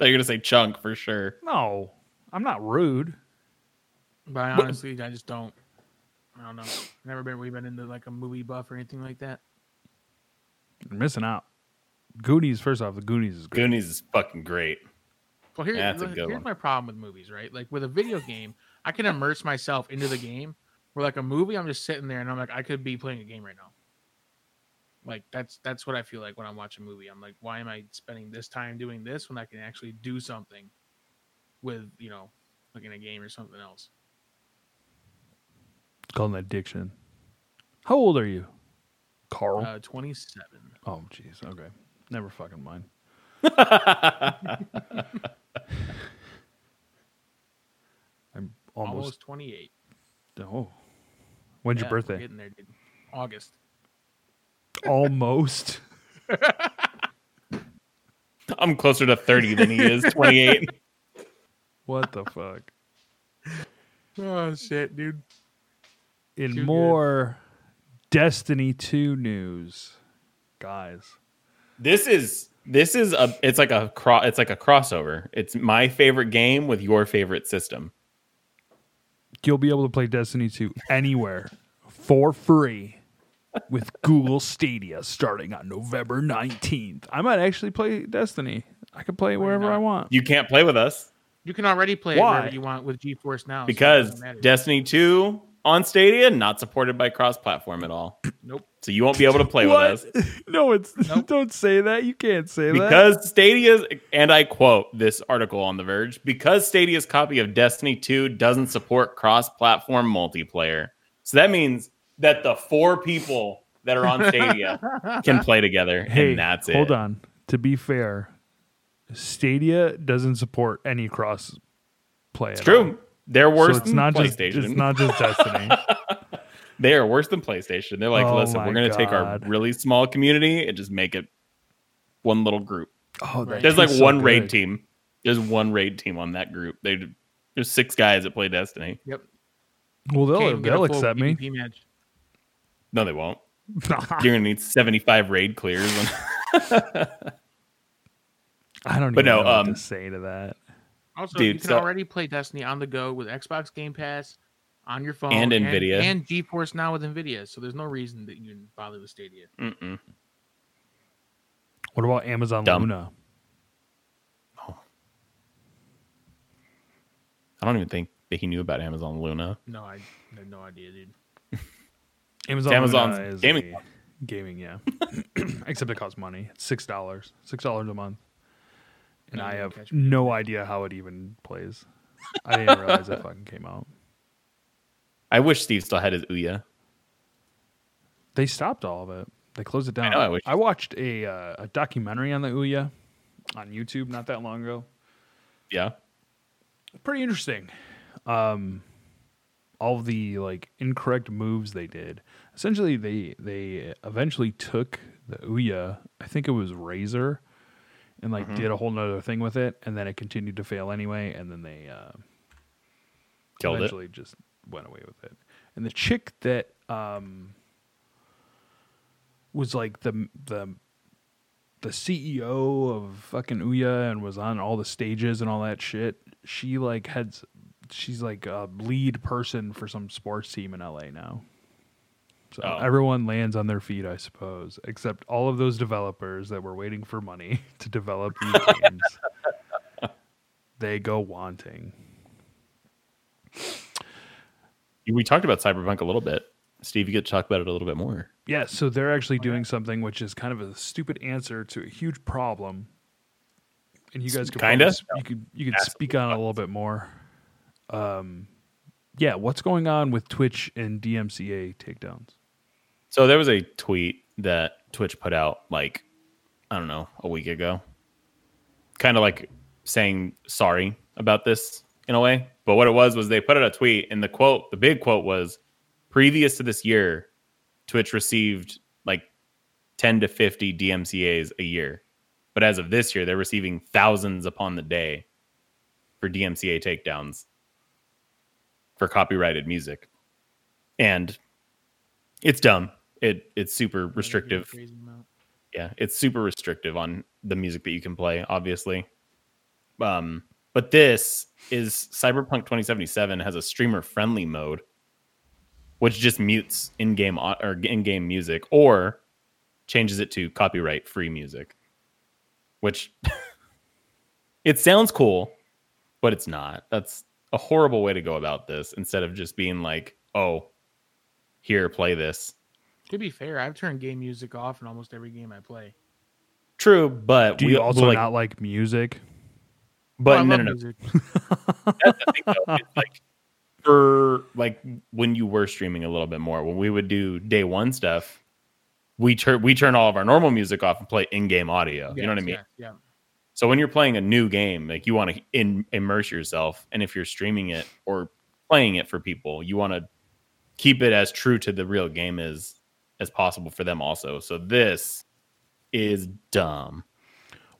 you were gonna say chunk for sure. No, I'm not rude. But I honestly, I just don't. I don't know. Never been. We've been into like a movie buff or anything like that. You're missing out. Goonies, first off, the Goonies is great. Goonies is fucking great. Well, here, That's a look, good here's one. my problem with movies, right? Like with a video game, I can immerse myself into the game. Where like a movie, I'm just sitting there and I'm like, I could be playing a game right now. Like that's that's what I feel like when I'm watching a movie. I'm like, why am I spending this time doing this when I can actually do something with you know, like in a game or something else? It's called an addiction. How old are you? Carl. Uh, Twenty seven. oh, jeez. Okay. Never fucking mind. I'm almost. almost 28. Oh. When's Yeah, your we're birthday? Getting there, dude. August. Almost. I'm closer to 30 than he is 28. what the fuck? Oh shit, dude. In Too good. more Destiny 2 news, guys. this is this is a it's like a cro- it's like a crossover. It's my favorite game with your favorite system. You'll be able to play Destiny 2 anywhere for free with Google Stadia starting on November 19th. I might actually play Destiny. I can play it wherever I not? want. You can't play with us You can already play it Why? wherever you want with GeForce now. so it because doesn't matter. Destiny 2 on Stadia not supported by cross-platform at all. nope. So you won't be able to play with us. No, it's Nope. don't say that. You can't say that. Because Stadia's and I quote this article on The Verge, because Stadia's copy of Destiny 2 doesn't support cross-platform multiplayer. So that means that the four people that are on Stadia can play together. Hey, and that's it. hold on. To be fair, Stadia doesn't support any cross play. It's true. They're worse so it's than not just PlayStation. it's not just Destiny. they are worse than PlayStation. They're like, Oh listen, my we're going to take our God. really small community and just make it one little group. Oh, that There's game's like so one raid good. team. There's one raid team on that group. They there's six guys that play Destiny. Yep. Well, Can't they'll, even get they'll a full accept me. PvP match. No, they won't. I You're gonna need 75 raid clears. don't But even no, know what um, to say to that. Also, you Dude, can so- already play Destiny on the go with Xbox Game Pass on your phone And Nvidia. and, GeForce now with Nvidia. So there's no reason that you bother with Stadia. Mm-mm. What about Amazon Dumb. Luna? I don't even think that he knew about Amazon Luna. No, I had no idea, dude. Amazon It's Amazon's Luna is gaming. a- gaming, yeah. Except it costs money. It's six dollars, six dollars a month, and No, I you have catch me. no idea how it even plays. I didn't realize it fucking came out. I wish Steve still had his Ouya. They stopped all of it. They closed it down. know, I wish- watched a uh, a documentary on the Ouya on YouTube not that long ago. Yeah. pretty interesting. Um, all of the like incorrect moves they did. Essentially, they they eventually took the Ouya. I think it was Razor, and like Mm-hmm. did a whole nother thing with it, and then it continued to fail anyway. And then they uh, Killed it. eventually just went away with it. And the chick that um, was like the the the CEO of fucking Ouya and was on all the stages and all that shit. She like had s- she's like a lead person for some sports team in LA now. So Oh. everyone lands on their feet, I suppose, except all of those developers that were waiting for money to develop these games. They go wanting. We talked about Cyberpunk a little bit. Steve, you get to talk about it a little bit more. Yeah, so they're actually doing something which is kind of a stupid answer to a huge problem. And you guys could Kinda? probably sp- you could you could Ask speak on it a little bit more. Um yeah, what's going on with Twitch and DMCA takedowns? So there was a tweet that Twitch put out like I don't know, a week ago. Kind of like saying sorry about this in a way. But what it was was they put out a tweet and the quote, the big quote was previous to this year, Twitch received like 10 to 50 DMCAs a year. But as of this year, they're receiving thousands upon the day for DMCA takedowns for copyrighted music. And it's dumb. It it's super restrictive. Crazy amount. Yeah, it's super restrictive on the music that you can play, obviously. Um, but this is Cyberpunk 2077 has a streamer friendly mode, which just mutes in game or in game music or changes it to copyright free music, which it sounds cool, but it's not. That's a horrible way to go about this instead of just being like, oh, here, play this. To be fair, I've turned game music off in almost every game I play. True, but Do we you also like, not like music? Oh, I but no, love no, no. music. That's the thing, though. It's like for like when you were streaming a little bit more, when we would do day one stuff, we turn we turn all of our normal music off and play in game audio. you know what I Yes, mean? Yeah. yeah. So when you're playing a new game, like you want to in, immerse yourself, and if you're streaming it or playing it for people, you want to keep it as true to the real game as as possible for them also. So this is dumb.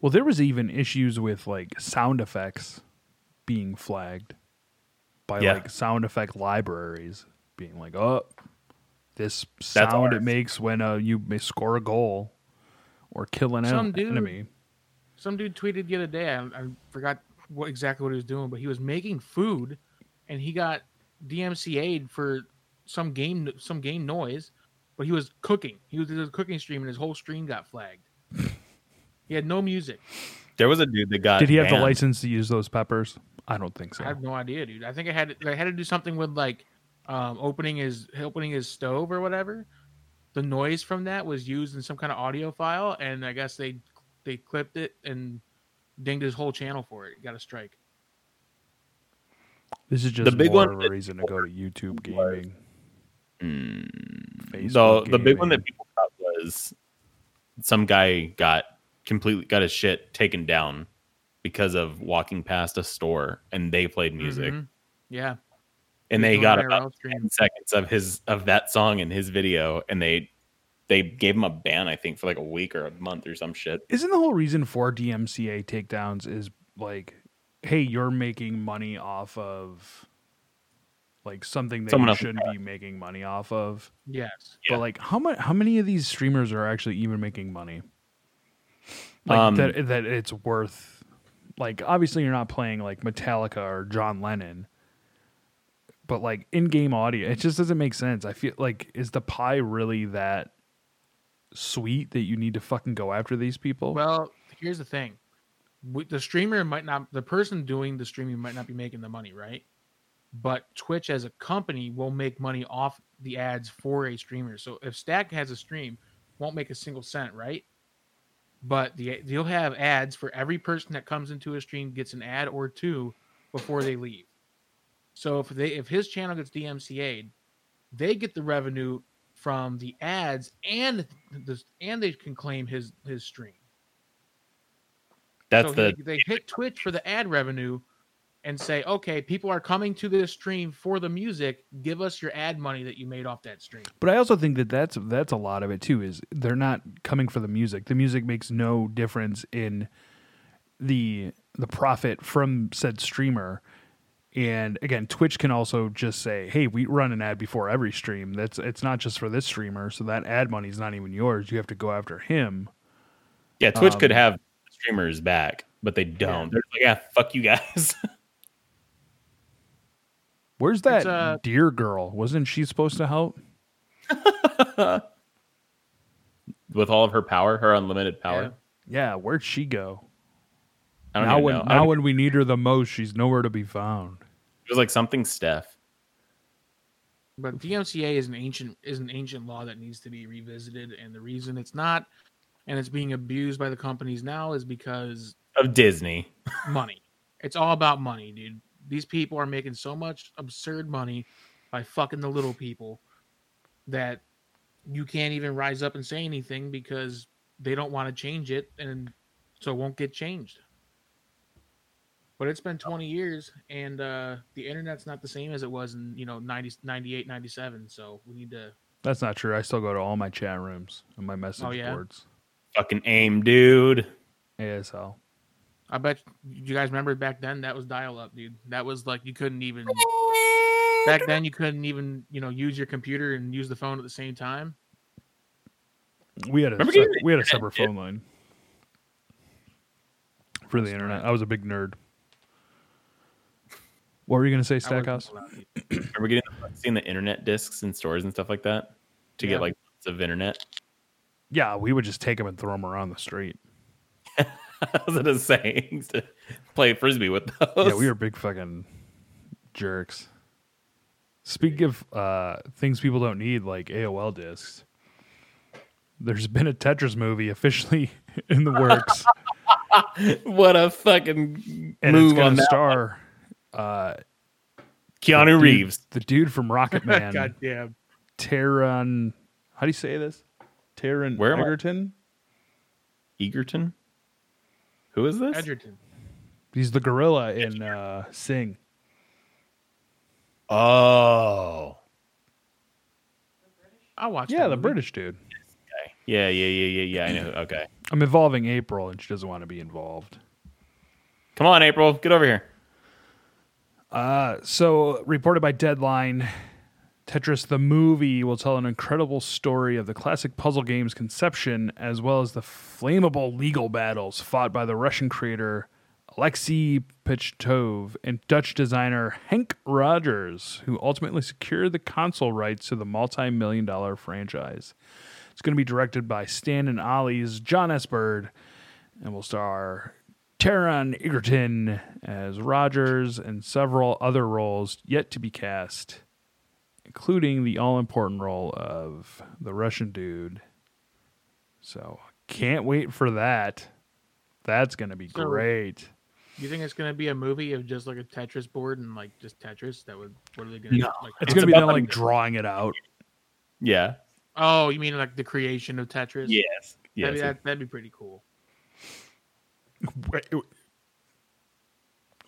Well, there was even issues with like sound effects being flagged by Yeah. like sound effect libraries being like, "Oh, this That's sound it ours." makes when uh, you may score a goal or kill an en- Some dude- enemy." Some dude tweeted the other day. I, I forgot what exactly what he was doing, but he was making food, and he got DMCA'd for some game some game noise, but he was cooking. He was, he was a cooking stream, and his whole stream got flagged. he had no music. There was a dude that got Did he have the banned. license to use those peppers? I don't think so. I have no idea, dude. I think I had I had to do something with like um, opening his opening his stove or whatever. The noise from that was used in some kind of audio file, and I guess they they clipped it and dinged his whole channel for it. Got a strike. This is just big more one of a that- reason to go to YouTube gaming. Mm. the Facebook the big one gaming. that people got was some guy got completely got his shit taken down because of walking past a store and they played music Mhm. Yeah, and He was they doing got an about IRL stream. 10 seconds of his of that song in his video and they they gave him a ban I think for like a week or a month or some shit. isn't the whole reason for DMCA takedowns is like, hey, you're making money off of like something that Someone you else's shouldn't be making money off of. Yes. Yeah. But like, how much? How many of these streamers are actually even making money? Like Um, that that it's worth. Like obviously you're not playing like Metallica or John Lennon, but like in-game audio, it just doesn't make sense. I feel like is the pie really that sweet that you need to fucking go after these people? Well, here's the thing: With- the streamer might not, the person doing the streaming might not be making the money, right? But Twitch as a company will make money off the ads for a streamer. So if Stack has a stream, won't make a single cent, right? But the you'll have ads for every person that comes into a stream gets an ad or two before they leave. So if they if his channel gets DMCA'd, they get the revenue from the ads and the and they can claim his his stream That's so the he- they hit Twitch for the ad revenue and say, okay, people are coming to this stream for the music. Give us your ad money that you made off that stream. But I also think that that's that's a lot of it too. Is they're not coming for the music. The music makes no difference in the the profit from said streamer. And again, Twitch can also just say, "Hey, we run an ad before every stream. That's it's not just for this streamer. So that ad money's not even yours. You have to go after him." yeah, Twitch could have streamers back, but they don't. They're like, yeah, fuck you guys. Where's that It's, uh, deer girl? Wasn't she supposed to help? With all of her power, her unlimited power. Yeah. Yeah, where'd she go? I don't Now even when know. I now don't- when we need her the most, she's nowhere to be found. It was like something Steph. But DMCA is an ancient is an ancient law that needs to be revisited, and the reason it's not, and it's being abused by the companies now, is because of Disney. money. It's all about money, dude. These people are making so much absurd money by fucking the little people that you can't even rise up and say anything because they don't want to change it and so it won't get changed. But it's been 20 years and uh, the internet's not the same as it was in, you know, 90, 98, 97. So we need to. That's not true. I still go to all my chat rooms and my message Oh, yeah? boards. Fucking aim, dude. ASL. I bet you guys remember back then that was dial up, dude. That was like you couldn't even. back then you couldn't even you know use your computer and use the phone at the same time We had a Remember se- getting the we had a internet, separate dude? phone line for the internet. I was a big nerd. What were you gonna I say, wasn't Stackhouse? allowed to. Remember getting seeing the internet discs in stores and stuff like that to Yeah. get like lots of internet. Yeah, we would just take them and throw them around the street. I was gonna say used to play frisbee with those. Yeah, we were big fucking jerks. Speaking of uh, things people don't need, like AOL discs, there's been a Tetris movie officially in the works, what a fucking and it's move going on to that. star uh, Keanu dude- Reeves. the dude from Rocket Man, God damn. Taron. How do you say this? Taron Where am I? Egerton. Egerton. Who is this? Edgerton. He's the gorilla in uh, Sing. Oh. I watched. Yeah, that the movie. British dude. Okay. Yeah, yeah, yeah, yeah, yeah. I know. Okay. I'm involving April, and she doesn't want to be involved. Come on, April. Get over here. Uh, so, reported by Deadline, Tetris the movie will tell an incredible story of the classic puzzle game's conception, as well as the flammable legal battles fought by the Russian creator Alexei Pichtov and Dutch designer Henk Rogers, who ultimately secured the console rights to the multi million dollar franchise. It's going to be directed by Stan and Ollie's John S. Bird and will star Taron Egerton as Rogers and several other roles yet to be cast, including the all important role of the Russian dude. So can't wait for that. That's gonna be So- great. You think it's gonna be a movie of just like a Tetris board and like just Tetris? That would. What are they gonna? No. Like, It's, It's gonna be about them the- like drawing it out. Yeah. oh, you mean like the creation of Tetris? Yes. That'd, Yes. be, that, that'd be pretty cool.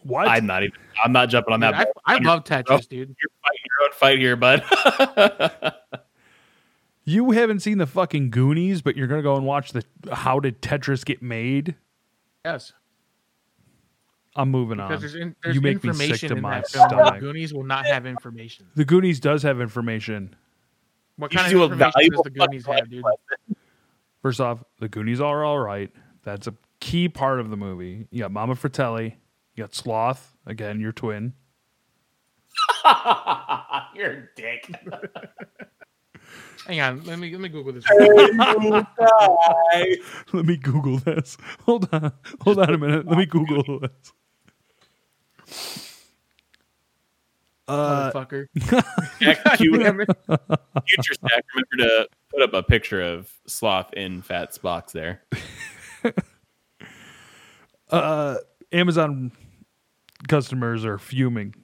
What? I'm not even. I'm not jumping on Dude, that. I, I love Tetris, dude. You're fighting your own fight here, bud. you haven't seen the fucking Goonies, but you're gonna go and watch the How Did Tetris Get Made? Yes, I'm moving on. because there's, in, there's Um, you make me sick information to in my that film. stomach. The Goonies will not have information. The Goonies does have information. What You kind do of a information does valuable the Goonies fucking have, dude? First off, the Goonies are all right. That's a key part of the movie. You got Mama Fratelli. You got Sloth. Again, your twin. You're a dick. Hang on, let me let me Google this. Let me Google this. Hold on. Hold on a minute. Let me Google this. Uh, motherfucker. Jack, you- Damn it. future stack, remember to put up a picture of Sloth in Fat's box there. uh, Amazon customers are fuming.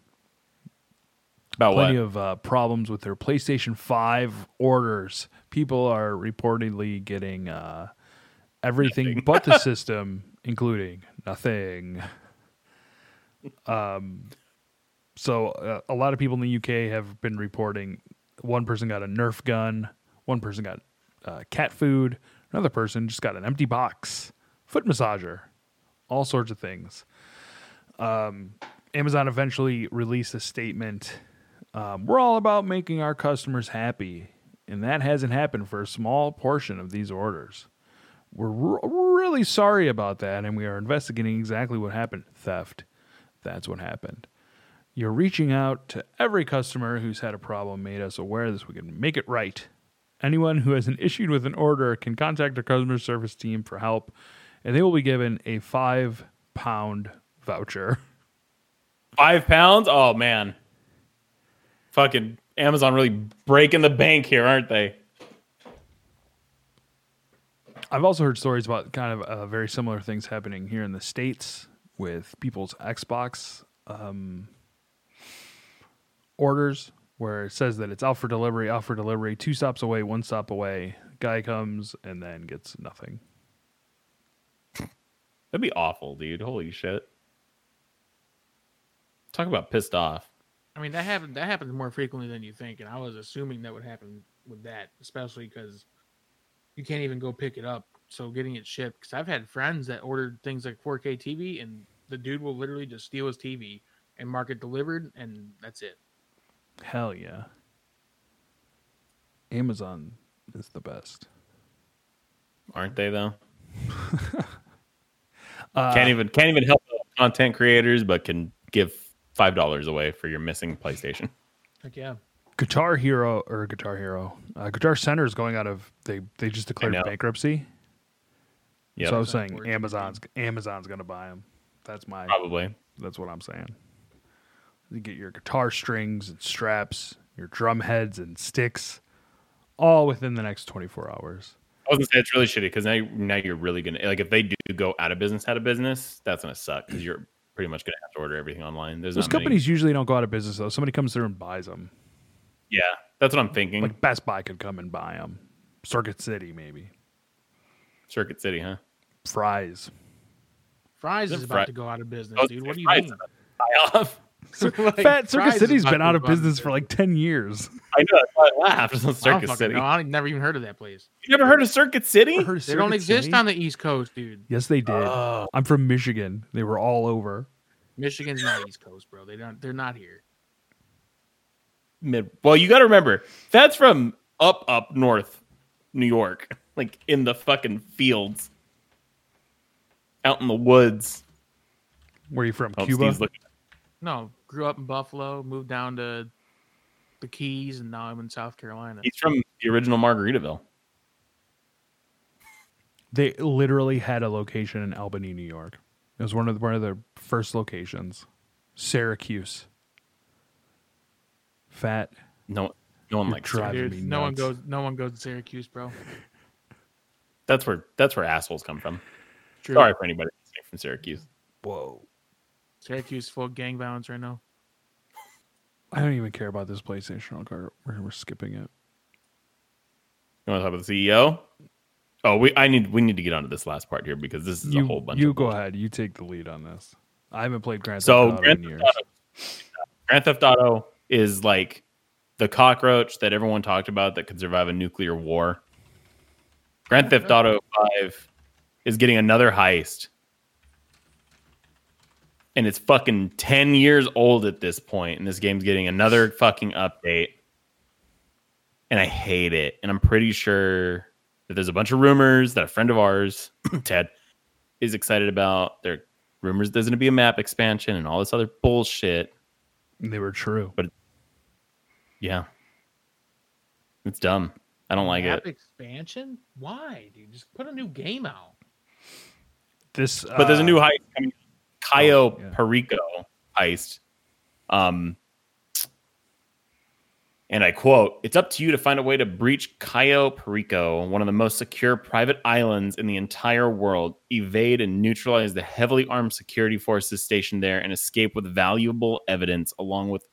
About Plenty what? of uh, problems with their PlayStation 5 orders. People are reportedly getting uh, everything but the system, including nothing. Um, so uh, a lot of people in the UK have been reporting one person got a Nerf gun, one person got uh, cat food, another person just got an empty box, foot massager, all sorts of things. Um, Amazon eventually released a statement um, we're all about making our customers happy, and that hasn't happened for a small portion of these orders. We're r- really sorry about that, and we are investigating exactly what happened. Theft. That's what happened. You're reaching out to every customer who's had a problem made us aware of this. We can make it right. Anyone who has an issue with an order can contact our customer service team for help, and they will be given a five pound voucher. Five pounds? Oh man. Fucking Amazon really breaking the bank here, aren't they? I've also heard stories about kind of uh, very similar things happening here in the states with people's Xbox um, orders, where it says that it's out for delivery, out for delivery, two stops away, one stop away. Guy comes and then gets nothing. That'd be awful, dude. Holy shit. Talk about pissed off. I mean, that happened. That happens more frequently than you think, and I was assuming that would happen with that, especially because you can't even go pick it up. So getting it shipped, because I've had friends that ordered things like 4K TV, and the dude will literally just steal his TV and mark it delivered, and that's it. Hell yeah. Amazon is the best. Aren't they though? Uh, can't even can't even help the content creators, but can give five dollars away for your missing PlayStation. Like, yeah, Guitar Hero or Guitar Hero, uh, Guitar Center is going out of they they just declared know. bankruptcy. Yeah, So I was Sounds saying fortunate. Amazon's Amazon's gonna buy them. That's my probably. that's what I'm saying. You get your guitar strings and straps, your drum heads and sticks, all within the next 24 hours. I was gonna say it's really shitty because now now you're really gonna like if they do go out of business, out of business, that's gonna suck because you're pretty much gonna have to order everything online. There's Those not many- companies usually don't go out of business though. Somebody comes through and buys them. Yeah, that's what I'm Hmm. thinking. Like Best Buy could come and buy them. Circuit City maybe. Circuit City, huh? Fries. Fries Is it is about fry- to go out of business, Oh, dude. What do you fries. mean? I laugh. Like, Fat Circuit fries City's is about been to out of go business for like 10 years. I know. That's why I laughed. It's not I don't Circuit fucking City. know. I never even heard of that place. You never heard of Circuit City? Heard of They don't Circuit exist City? on Oh. the East Coast, dude. Yes, they did. I'm from Michigan. They were all over. Michigan's not East Coast, bro. They don't. They're not here. Mid- well, you got to remember that's from up up north, New York, like in the fucking fields, out in the woods. Where are you from? Oh, Cuba? Steve's looking. No, grew up in Buffalo, moved down to the Keys, and now I'm in South Carolina. He's from the original Margaritaville. They literally had a location in Albany, New York. It was one of the, one of their first locations. Syracuse. Fat. No, no one You're likes. driving Dude, me Dude, no one nuts. goes. No one goes to Syracuse, bro. That's where that's where assholes come from. True. Sorry for anybody listening from Syracuse. Whoa. Syracuse is full of gang violence right now. I don't even care about this PlayStation card. We're, we're skipping it. You want to talk about the CEO? Oh, we I need we need to get onto this last part here because this is you a whole bunch. you of go ahead. You take the lead on this. I haven't played Grand So Theft Auto Grand in years. Theft Auto, Grand Theft Auto is like the cockroach that everyone talked about that could survive a nuclear war. Grand Theft Mm-hmm. Auto 5 is getting another heist. And it's fucking 10 years old at this point, and this game's getting another fucking update. And I hate it. And I'm pretty sure that there's a bunch of rumors that a friend of ours, Ted, is excited about. There are rumors there's going to be a map expansion and all this other bullshit. And they were true. Yeah. It's dumb. I don't like App it. expansion? Why, dude? Just put a new game out. This, uh, But there's a new heist coming. Cayo Oh, yeah. Perico heist. Um and I quote, it's up to you to find a way to breach Cayo Perico, one of the most secure private islands in the entire world, evade and neutralize the heavily armed security forces stationed there, and escape with valuable evidence along with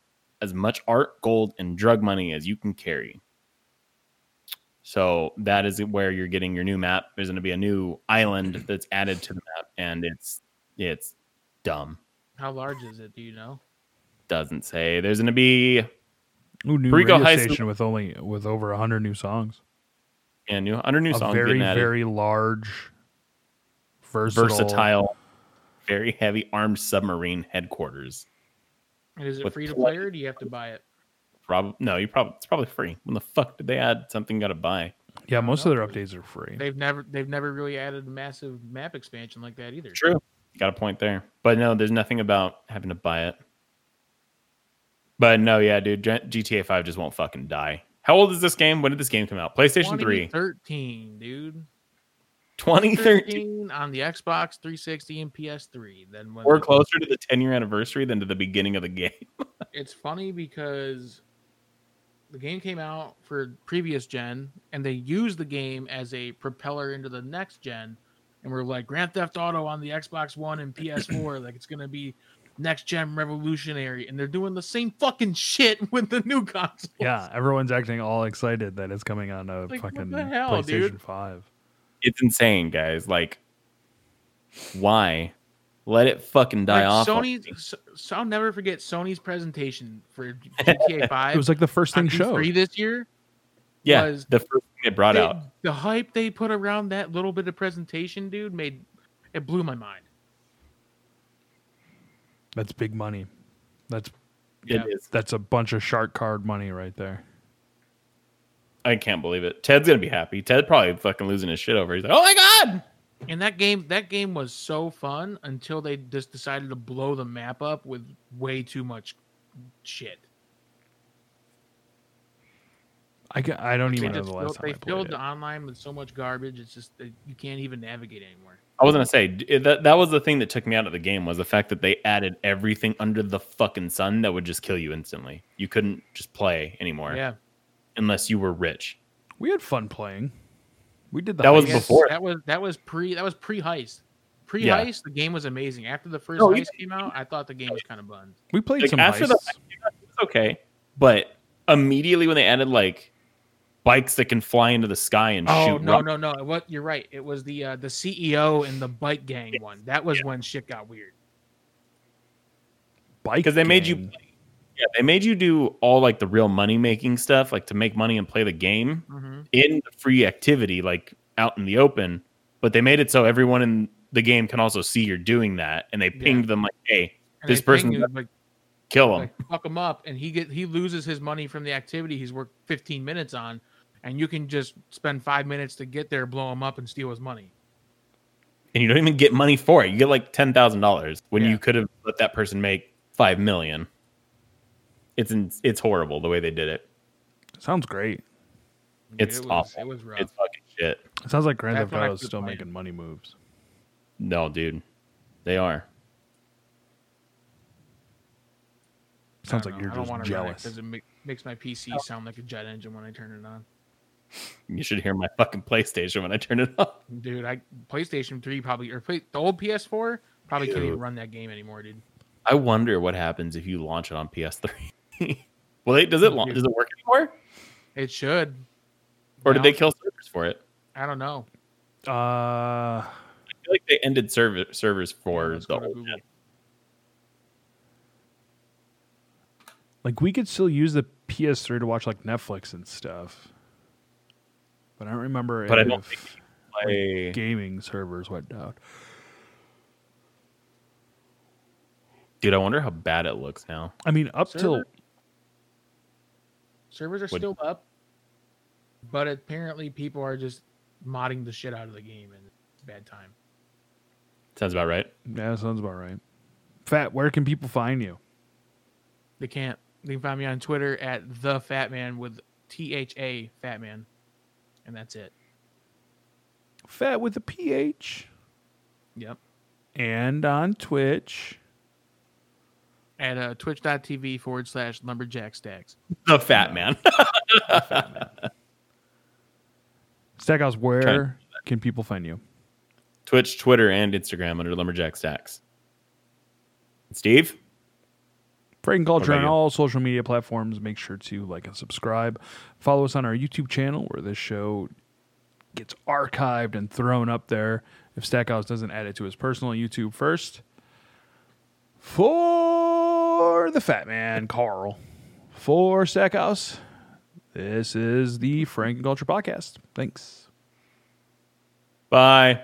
as much art, gold, and drug money as you can carry. So that is where you're getting your new map. There's going to be a new island that's added to the map, and it's it's dumb. How large is it? Do you know? Doesn't say there's going to be Ooh, new Perico radio High station with only with over hundred new songs. a new under new a songs very getting added. very large, versatile. versatile, very heavy armed submarine headquarters. And is it With free to plenty- play or do you have to buy it? Prob no, you probably it's probably free. When the fuck did they add something? Got to buy. Yeah, most of their updates are free. They've never they've never really added a massive map expansion like that either. True. Got a point there. But no, there's nothing about having to buy it. But no, yeah, dude, G- GTA 5 just won't fucking die. How old is this game? When did this game come out? PlayStation 3. 2013, dude. 2013. 13 on the Xbox 360 and PS3. Then when We're they- closer to the 10 year anniversary than to the beginning of the game. it's funny because the game came out for previous gen, and they used the game as a propeller into the next gen, and we're like Grand Theft Auto on the Xbox One and PS4, like it's gonna be next gen revolutionary, and they're doing the same fucking shit with the new console. Yeah, everyone's acting all excited that it's coming on a Like, what fucking the hell, PlayStation dude? 5. It's insane, guys. Like, why? Let it fucking die off. Like, Sony's. So, so I'll never forget Sony's presentation for GTA Five. It was like the first on thing showed. E3 this year. yeah, was- the first thing they brought They- out. The hype they put around that little bit of presentation, dude, made it blew my mind. That's big money. That's Yeah. It is. that's a bunch of shark card money right there. I can't believe it. Ted's gonna be happy. Ted probably fucking losing his shit over. it. He's like, oh my god. And that game, that game was so fun until they just decided to blow the map up with way too much shit. I, ca- I don't They even know just the filled, they last time I played filled it. the online with so much garbage. It's just that you can't even navigate anymore. I was gonna say d- it- that that was the thing that took me out of the game was the fact that they added everything under the fucking sun that would just kill you instantly. You couldn't just play anymore Yeah, unless you were rich. We had fun playing. We did the That was heist. Yes, before- that was that was pre that was pre heist. Pre heist, the game was amazing. After the first No, heist even- came out, I thought the game was kind of bun. We played Like, some after after the It's okay, but immediately when they added like bikes that can fly into the sky and Oh shoot, no rock- no no! What you're right. It was the uh, the CEO and the bike gang one. That was when shit got weird. bike because they made you game. play- yeah they made you do all like the real money making stuff like to make money and play the game Mm-hmm. in the free activity like out in the open but they made it so everyone in the game can also see you're doing that and they Yeah. pinged them like hey And This they person- ping you, like, kill them like fuck him up, and he get he loses his money from the activity he's worked 15 minutes on, and you can just spend five minutes to get there, blow him up, and steal his money. and you don't even get money for it you get like $10000 when Yeah. you could have let that person make 5 million it's in, it's horrible the way they did it Sounds great. Dude, It's it was, awful. It was rough. it's fucking shit It sounds like Grand That's Theft when I Auto is quit still playing. making money moves. no dude they are Sounds I don't like know. you're I don't just wanna run it jealous. 'cause it ma- makes my PC sound like a jet engine when I turn it on. you should hear my fucking playstation when i turn it off Dude, I PlayStation 3 probably or play, the old PS4 probably can't even Dude. run that game anymore, dude. I wonder what happens if you launch it on PS3. well, they, does it launch? Does it work anymore, It should. or did No. they kill servers for it? I don't know. Uh, I feel like they ended server, servers for Let's the go to old Google. like we could still use the PS3 to watch like Netflix and stuff. But I don't remember But I if don't think play. gaming servers went down. Dude, I wonder how bad it looks now. I mean, up till Server? Servers are What- still up, but apparently people are just modding the shit out of the game and it's a bad time. Sounds about right. yeah, that sounds about right. Fat, where can people find you? They can't. You can find me on Twitter at the Fat Man with T H A Fat Man, and that's it. Fat with a PH Yep. and on Twitch. At uh, twitch.tv forward slash lumberjack stacks. The fat man. Stackhouse, where Trying- can people find you? Twitch, Twitter, and Instagram under Lumberjack Stacks. Steve, Frank Culture about on you? all social media platforms. Make sure to like and subscribe. Follow us on our YouTube channel where this show gets archived and thrown up there. If Stackhouse doesn't add it to his personal YouTube first, for the fat man Carl, for Stackhouse, this is the Frank and Culture podcast. Thanks. bye.